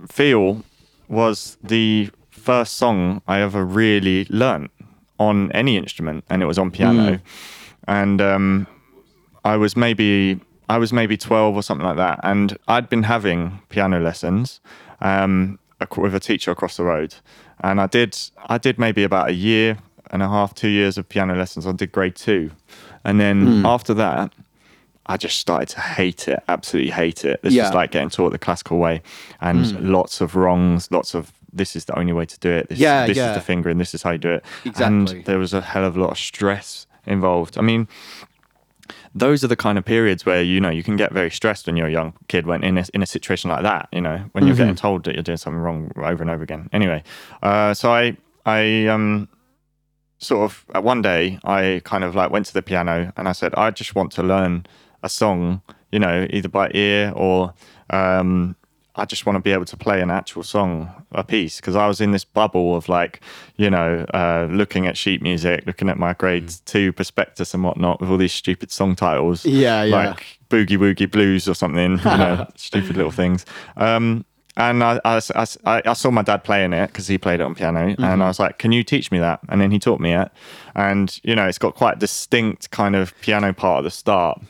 Speaker 4: Feel was the first song I ever really learnt on any instrument, and it was on
Speaker 3: Hmm.
Speaker 4: piano. And um, I was maybe I was maybe twelve or something like that, and I'd been having piano lessons um, ac- with a teacher across the road, and I did I did maybe about a year and a half, two years of piano lessons. I did grade two, and then
Speaker 3: Hmm.
Speaker 4: after that, I just started to hate it, absolutely hate it. This
Speaker 3: Yeah. Hmm.
Speaker 4: is like getting taught the classical way, and lots of wrongs, lots of this is the only way to do it. This,
Speaker 3: Yeah,
Speaker 4: this
Speaker 3: yeah.
Speaker 4: is the finger, and this is how you do it.
Speaker 3: Exactly.
Speaker 4: And there was a hell of a lot of stress involved. I mean, those are the kind of periods where you know you can get very stressed when you're a young kid when in a, in a situation like that you know when you're getting told that you're doing something wrong over and over again anyway uh, so i i um sort of uh, one day i kind of like went to the piano and i said i just want to learn a song you know either by ear or um I just want to be able to play an actual song, a piece, because I was in this bubble of like, you know, uh, looking at sheet music, looking at my grade
Speaker 3: Mm.
Speaker 4: two prospectus and whatnot with all these stupid song titles.
Speaker 3: Yeah, yeah.
Speaker 4: Like Boogie Woogie Blues or something, you know, stupid little things. Um, and I, I, I, I saw my dad playing it because he played it on piano,
Speaker 3: Mm-hmm.
Speaker 4: and I was like, "Can you teach me that?" And then he taught me it, and you know, it's got quite a distinct kind of piano part at the start,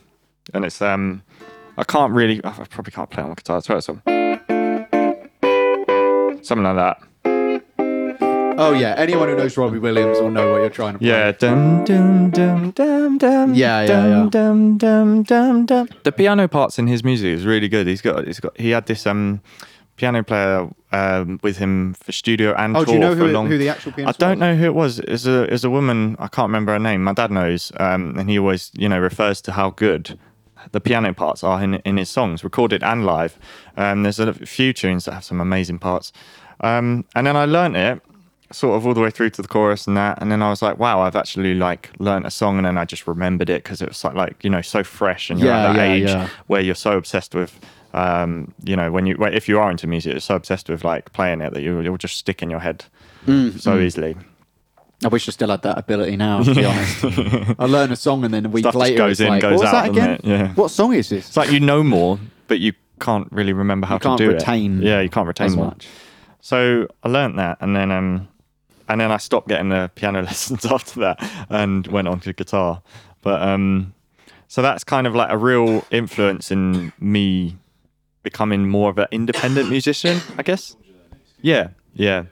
Speaker 4: and it's um, I can't really, I probably can't play on my guitar. Try some, something like that.
Speaker 3: Oh yeah. Anyone who knows Robbie Williams will know what you're trying to. Play.
Speaker 4: Yeah, dum dum dum dum dum.
Speaker 3: Yeah, yeah,
Speaker 4: dum,
Speaker 3: yeah.
Speaker 4: Dum dum dum dum. The piano parts in his music is really good. He's got, he's got, he had this um piano player um with him for studio and
Speaker 3: Oh,
Speaker 4: tour
Speaker 3: do you know
Speaker 4: for
Speaker 3: who,
Speaker 4: a
Speaker 3: it-
Speaker 4: long.
Speaker 3: who the actual pianist?
Speaker 4: I don't
Speaker 3: was?
Speaker 4: know who it was. It's a it's a woman. I can't remember her name. My dad knows, um, and he always you know refers to how good the piano parts are in in his songs, recorded and live. Um, there's a few tunes that have some amazing parts, um, and then I learnt it sort of all the way through to the chorus and that and then I was like wow I've actually like learnt a song and then I just remembered it because it was like, like you know so fresh and you're
Speaker 3: Yeah,
Speaker 4: at that
Speaker 3: yeah,
Speaker 4: age
Speaker 3: yeah.
Speaker 4: where you're so obsessed with um, you know when you well, if you are into music you're so obsessed with like playing it that you, you'll just stick in your head
Speaker 3: Mm,
Speaker 4: so easily
Speaker 3: I wish I still had that ability now. To be honest, I learn a song and then a week
Speaker 4: Stuff just
Speaker 3: later it's
Speaker 4: goes in,
Speaker 3: like,
Speaker 4: goes
Speaker 3: what was
Speaker 4: out,
Speaker 3: that
Speaker 4: doesn't
Speaker 3: again?
Speaker 4: it? Yeah.
Speaker 3: What song is this?
Speaker 4: it's like you know more but you can't really remember how
Speaker 3: You
Speaker 4: to
Speaker 3: can't
Speaker 4: do
Speaker 3: retain
Speaker 4: it yeah you can't retain
Speaker 3: as
Speaker 4: more.
Speaker 3: much.
Speaker 4: So I learnt that, and then um, and then I stopped getting the piano lessons after that, and went on to guitar. But um, so that's kind of like a real influence in me becoming more of an independent musician, I guess. Yeah, yeah.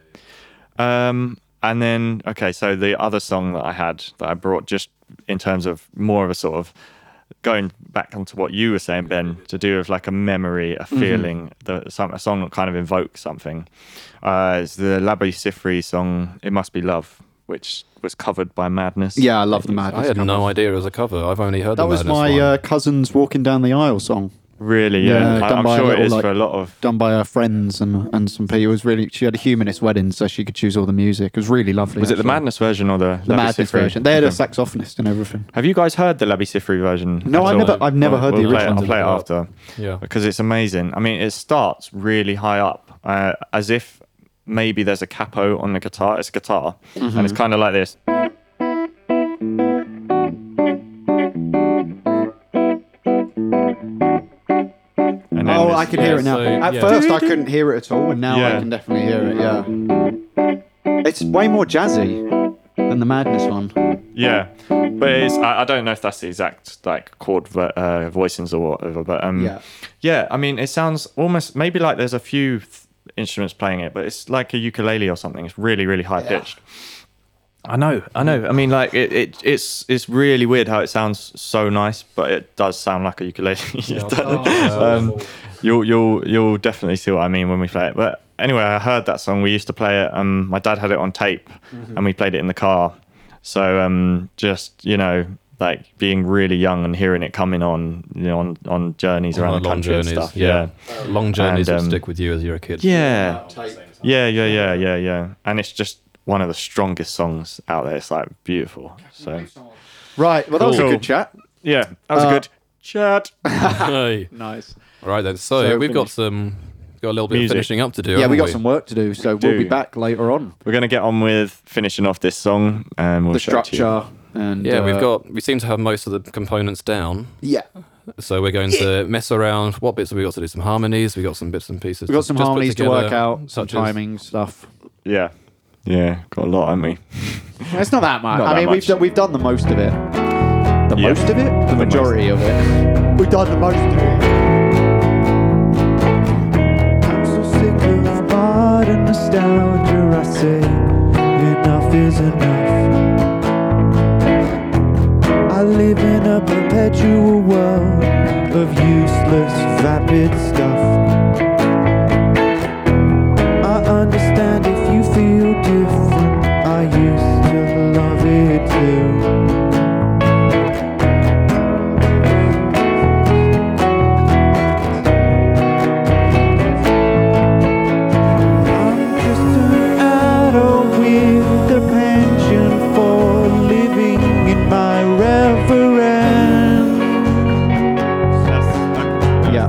Speaker 4: Um, and then okay, so the other song that I had that I brought just in terms of more of a sort of going back onto what you were saying, Ben, to do with like a memory,
Speaker 3: Mm-hmm.
Speaker 4: a feeling, the some a song that kind of invokes something. Uh, it's the Labby Sifri song "It Must Be Love," which was covered by Madness.
Speaker 3: Yeah, I love the
Speaker 2: I
Speaker 3: madness.
Speaker 2: had
Speaker 3: cover.
Speaker 2: no idea it was a cover. I've only heard
Speaker 3: That
Speaker 2: the
Speaker 3: was
Speaker 2: Madness
Speaker 3: my
Speaker 2: one.
Speaker 3: uh, cousin's walking down the aisle song,
Speaker 4: really.
Speaker 3: Yeah,
Speaker 4: Yeah, I,
Speaker 3: done
Speaker 4: I'm
Speaker 3: by a
Speaker 4: sure it
Speaker 3: little,
Speaker 4: is
Speaker 3: like-
Speaker 4: for a lot of
Speaker 3: done by her friends and, and some people. It was really she had a humanist wedding, so she could choose all the music. It was really lovely.
Speaker 4: Was it the
Speaker 3: actually.
Speaker 4: Madness version or the
Speaker 3: The
Speaker 4: Labby
Speaker 3: madness
Speaker 4: Siffre?
Speaker 3: version. They had a
Speaker 4: Okay.
Speaker 3: saxophonist and everything.
Speaker 4: Have you guys heard the Labby Siffre version?
Speaker 3: No,
Speaker 4: at
Speaker 3: I've
Speaker 4: all?
Speaker 3: never- I've never heard the
Speaker 4: play it-
Speaker 3: original.
Speaker 4: I'll play it after.
Speaker 2: Yeah.
Speaker 4: because it's amazing. I mean, it starts really high up, uh, as if maybe there's a capo on the guitar. It's a guitar, and
Speaker 3: Mm-hmm.
Speaker 4: it's kind of like this. And then
Speaker 3: Oh,
Speaker 4: this-
Speaker 3: I can hear it now.
Speaker 2: so,
Speaker 3: At
Speaker 2: yeah.
Speaker 3: first, I couldn't hear it at all, and now I
Speaker 4: Yeah.
Speaker 3: can definitely hear it. Yeah, it's way more jazzy than the madness one.
Speaker 4: Yeah, but it's, I, I don't know if that's the exact like chord vo- uh, voicings or whatever. But um,
Speaker 3: Yeah.
Speaker 4: yeah, I mean, it sounds almost maybe like there's a few th- instruments playing it, but it's like a ukulele or something. It's really, really high pitched. I know, I know. I mean, like it, it, it's it's really weird how it sounds so nice, but it does sound like a ukulele. It does. um, you'll you'll you'll definitely see what I mean when we play it. But anyway, I heard that song. We used to play it. Um, my dad had it on tape,
Speaker 3: Mm-hmm.
Speaker 4: and we played it in the car. So um, just you know, like being really young and hearing it coming on, you know, on on journeys around
Speaker 2: Like
Speaker 4: the
Speaker 2: long
Speaker 4: country
Speaker 2: journeys.
Speaker 4: and stuff.
Speaker 2: yeah.
Speaker 4: Yeah,
Speaker 2: long journeys
Speaker 4: And,
Speaker 2: will
Speaker 4: um,
Speaker 2: stick with you as you're a kid.
Speaker 4: yeah, yeah, yeah, yeah, yeah, yeah. And it's just one of the strongest songs out there. It's like beautiful. So
Speaker 3: Right. Well, that was a
Speaker 4: Cool.
Speaker 3: good chat.
Speaker 4: yeah, that was
Speaker 3: Uh,
Speaker 4: good chat.
Speaker 2: Hey.
Speaker 3: Nice.
Speaker 2: All right then. So,
Speaker 3: So
Speaker 2: we've got
Speaker 3: finished.
Speaker 2: some got a little bit
Speaker 4: Music.
Speaker 2: of finishing up to do.
Speaker 3: Yeah, we
Speaker 2: haven't
Speaker 3: got some work to do, so we'll be
Speaker 4: do.
Speaker 3: back later on.
Speaker 4: We're gonna get on with finishing off this song, and we'll
Speaker 3: The
Speaker 4: show it to you.
Speaker 3: structure and
Speaker 2: Yeah, we've
Speaker 3: uh,
Speaker 2: got. We seem to have most of the components down.
Speaker 3: yeah.
Speaker 2: So we're going to mess around. What bits have we got to do? Some harmonies. We got some bits and pieces.
Speaker 3: We've got some harmonies to work out, some
Speaker 2: such
Speaker 3: timing stuff.
Speaker 4: Yeah, yeah, got a lot, haven't we?
Speaker 3: It's not that much. I
Speaker 4: Not that
Speaker 3: mean, we've
Speaker 4: much.
Speaker 3: done, we've done the most of it. The
Speaker 4: Yeah.
Speaker 3: most of it? The,
Speaker 4: most.
Speaker 3: majority of it. We've done the most of it.
Speaker 1: I'm so sick of modern nostalgia. I say enough is enough. I live in a perpetual world of useless, vapid stuff. I understand if you feel different. I used to love it too. I'm just an adult with a penchant for living in my reverence.
Speaker 3: Yeah.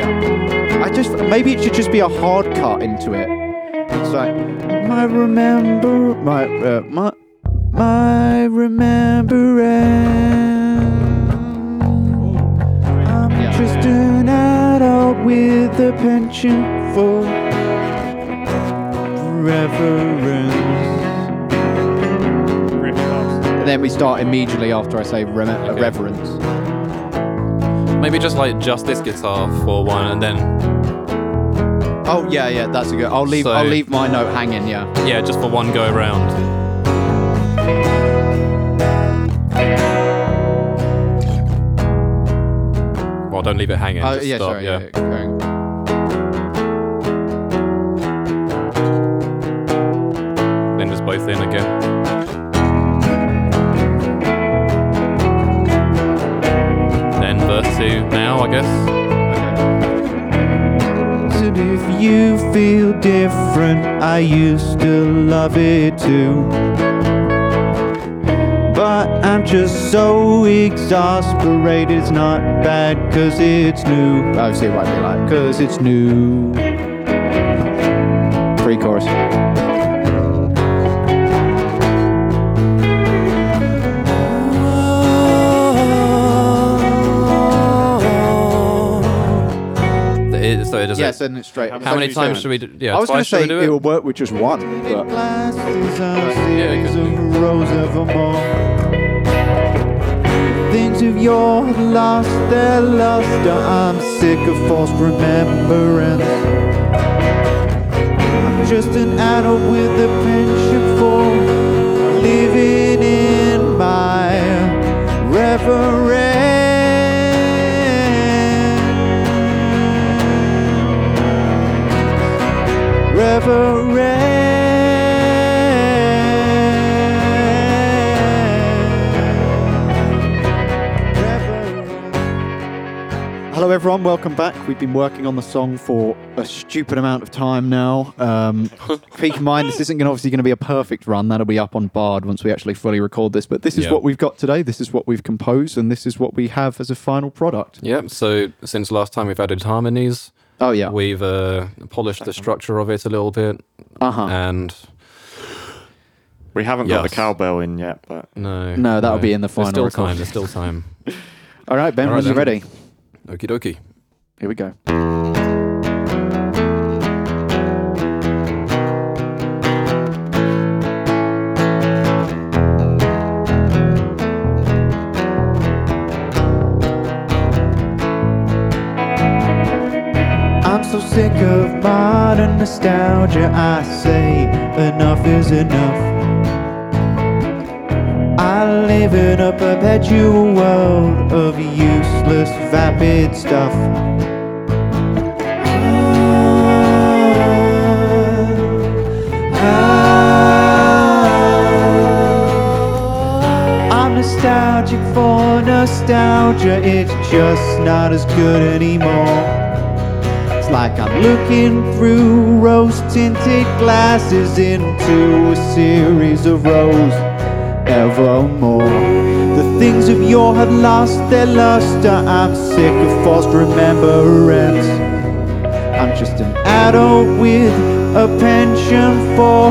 Speaker 3: Yeah. I just maybe it should just be a hard cut into it. It's like my remember my uh, my
Speaker 1: My remembrance. I'm
Speaker 3: Yeah.
Speaker 1: just an adult with a penchant for reverence.
Speaker 3: and then we start immediately after I say rem- uh,
Speaker 2: Okay.
Speaker 3: reverence.
Speaker 2: Maybe just like just this guitar for one, and then
Speaker 3: Oh yeah, yeah, that's a good. I'll leave
Speaker 2: So-
Speaker 3: I'll leave my note hanging. Yeah.
Speaker 2: yeah, just for one go around. Well, don't leave it hanging.
Speaker 3: Oh
Speaker 2: just
Speaker 3: yeah,
Speaker 2: stop,
Speaker 3: sorry.
Speaker 2: yeah.
Speaker 3: Yeah. yeah, going.
Speaker 2: Then just both in again. Then verse two now, I guess.
Speaker 1: And if you feel different, I used to love it too. But I'm just so exasperated, it's not bad, cause it's new.
Speaker 3: Oh, see what I be like.
Speaker 1: Cause it's new.
Speaker 3: Pre-chorus.
Speaker 2: It- so it doesn't.
Speaker 3: Yeah, send it straight.
Speaker 2: How many times should we do? Yeah,
Speaker 3: I was going
Speaker 2: twice
Speaker 3: to
Speaker 2: should
Speaker 3: say
Speaker 2: we do it?
Speaker 3: it would work with just one. But
Speaker 1: Glasses are
Speaker 2: Yeah, it
Speaker 1: series
Speaker 2: could
Speaker 1: of rows of 'em all. Things of your lost their luster. I'm sick of false remembrance. I'm just an adult with a penchant for living in my reverence.
Speaker 3: Hello, everyone. Welcome back. We've been working on the song for a stupid amount of time now. Um, keep in mind, this isn't gonna, obviously going to be a perfect run. That'll be up on Bard once we actually fully record this. But this is
Speaker 2: Yeah.
Speaker 3: what we've got today. This is what we've composed, and this is what we have as a final product.
Speaker 2: Yep. So since last time we've added harmonies,
Speaker 3: Oh yeah.
Speaker 2: we've uh, polished the structure of it a little bit,
Speaker 3: Uh
Speaker 4: Uh-huh.
Speaker 3: huh.
Speaker 2: and
Speaker 4: We haven't got the
Speaker 2: Yes.
Speaker 4: cowbell in yet, but
Speaker 2: no,
Speaker 3: No, that'll be in the final
Speaker 2: There's still
Speaker 3: recording.
Speaker 2: time. There's still time.
Speaker 3: All right, Ben.
Speaker 2: All right,
Speaker 3: when you're
Speaker 2: then.
Speaker 3: ready,
Speaker 2: Okie dokie.
Speaker 3: here we go.
Speaker 1: I'm so sick of modern nostalgia. I say enough is enough. I live in a perpetual world of useless, vapid stuff. nostalgic for nostalgia. It's just not as good anymore. It's like I'm looking through rose tinted glasses into a series of rows evermore. The things of yore have lost their luster. I'm sick of forced remembrance. I'm just an adult with a penchant for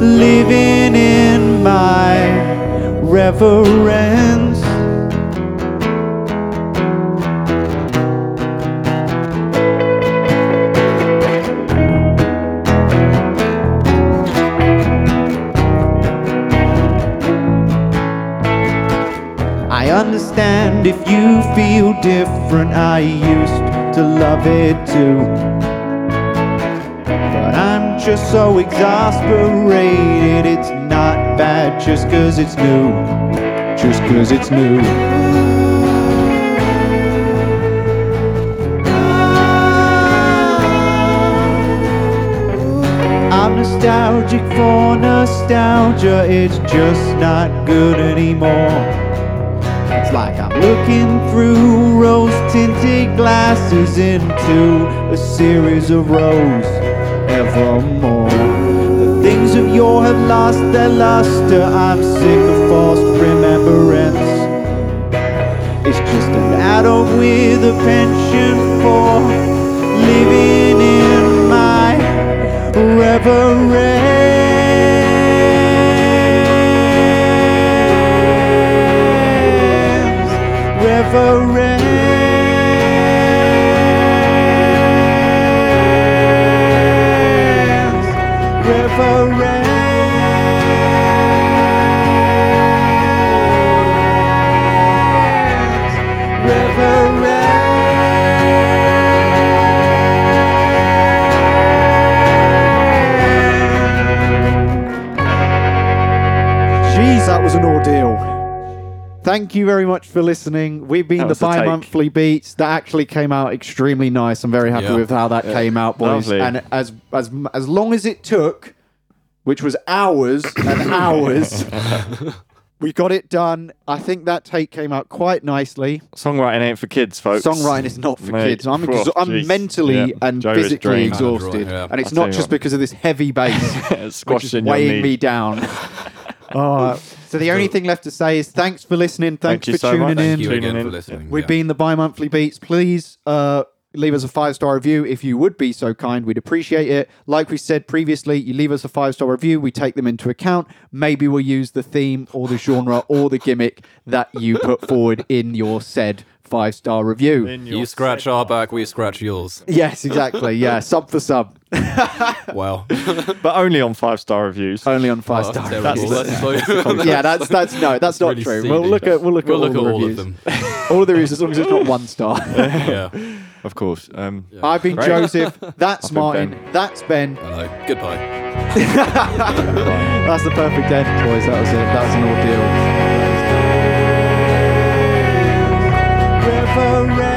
Speaker 1: living in my reverence. I understand if you feel different. I used to love it too. But I'm just so exasperated. It's not bad just cause it's new. Just cause it's new. I'm nostalgic for nostalgia. It's just not good anymore. It's like I'm looking through rose tinted glasses into a series of rows evermore. The things of yore have lost their luster. I'm sick of forced remembrance. It's just an adult with a penchant for living in my reverence. Reverence. Jeez, that was an ordeal. Thank you very much for listening. We've been
Speaker 4: That
Speaker 1: the
Speaker 4: was the take.
Speaker 1: bi monthly beats. That actually came out extremely nice. I'm very happy
Speaker 2: Yeah.
Speaker 1: with how that came out, boys.
Speaker 4: Lovely.
Speaker 1: And as as as long as it took, which was hours and hours, we got it done. I think that take came out quite nicely.
Speaker 4: Songwriting ain't for kids, folks.
Speaker 1: Songwriting is not for
Speaker 4: Mate,
Speaker 1: kids. I'm,
Speaker 4: phew,
Speaker 1: exa- I'm
Speaker 4: jeez.
Speaker 1: mentally
Speaker 4: Yeah.
Speaker 1: and
Speaker 4: Joe is
Speaker 1: physically
Speaker 4: drained.
Speaker 1: exhausted,
Speaker 2: Right, yeah.
Speaker 1: and it's
Speaker 4: I'll
Speaker 1: not
Speaker 4: tell you
Speaker 1: just
Speaker 4: what.
Speaker 1: because of this heavy bass. which is
Speaker 4: Squashing your
Speaker 1: weighing
Speaker 4: knee.
Speaker 1: me down. Uh, so the only thing left to say is thanks for listening. Thanks
Speaker 4: Thank you
Speaker 1: for
Speaker 4: so
Speaker 1: tuning
Speaker 4: much.
Speaker 1: in.
Speaker 2: Thank you
Speaker 4: Tuning
Speaker 2: again
Speaker 4: in.
Speaker 2: for listening.
Speaker 1: We've
Speaker 2: yeah.
Speaker 1: been the bi-monthly beats. Please uh, leave us a five-star review if you would be so kind. We'd appreciate it. Like we said previously, you leave us a five-star review. We take them into account. Maybe we'll use the theme or the genre or the gimmick that you put forward in your said five-star review.
Speaker 4: In your
Speaker 2: You scratch our back, we scratch yours.
Speaker 1: yes, exactly. Yeah, sub for sub.
Speaker 2: Wow.
Speaker 4: but only on five star reviews.
Speaker 1: Only on
Speaker 2: Oh,
Speaker 1: five-star
Speaker 2: terrible.
Speaker 1: reviews.
Speaker 2: That's so-
Speaker 1: Oh, yeah, that's that's no, that's, not
Speaker 2: really
Speaker 1: true.
Speaker 2: seedy.
Speaker 1: We'll look at we'll look
Speaker 2: We'll
Speaker 1: at
Speaker 2: look at
Speaker 1: all, the
Speaker 2: all of
Speaker 1: reviews.
Speaker 2: them.
Speaker 1: all there is, as long as it's not one star.
Speaker 2: Yeah.
Speaker 4: Of course. Um,
Speaker 1: I've been
Speaker 4: Right.
Speaker 1: Joseph. That's
Speaker 4: I've been
Speaker 1: Martin.
Speaker 4: Ben.
Speaker 1: That's Ben.
Speaker 2: Hello. Goodbye.
Speaker 1: That's the perfect end, boys. That was it. That was an ordeal. Reverend.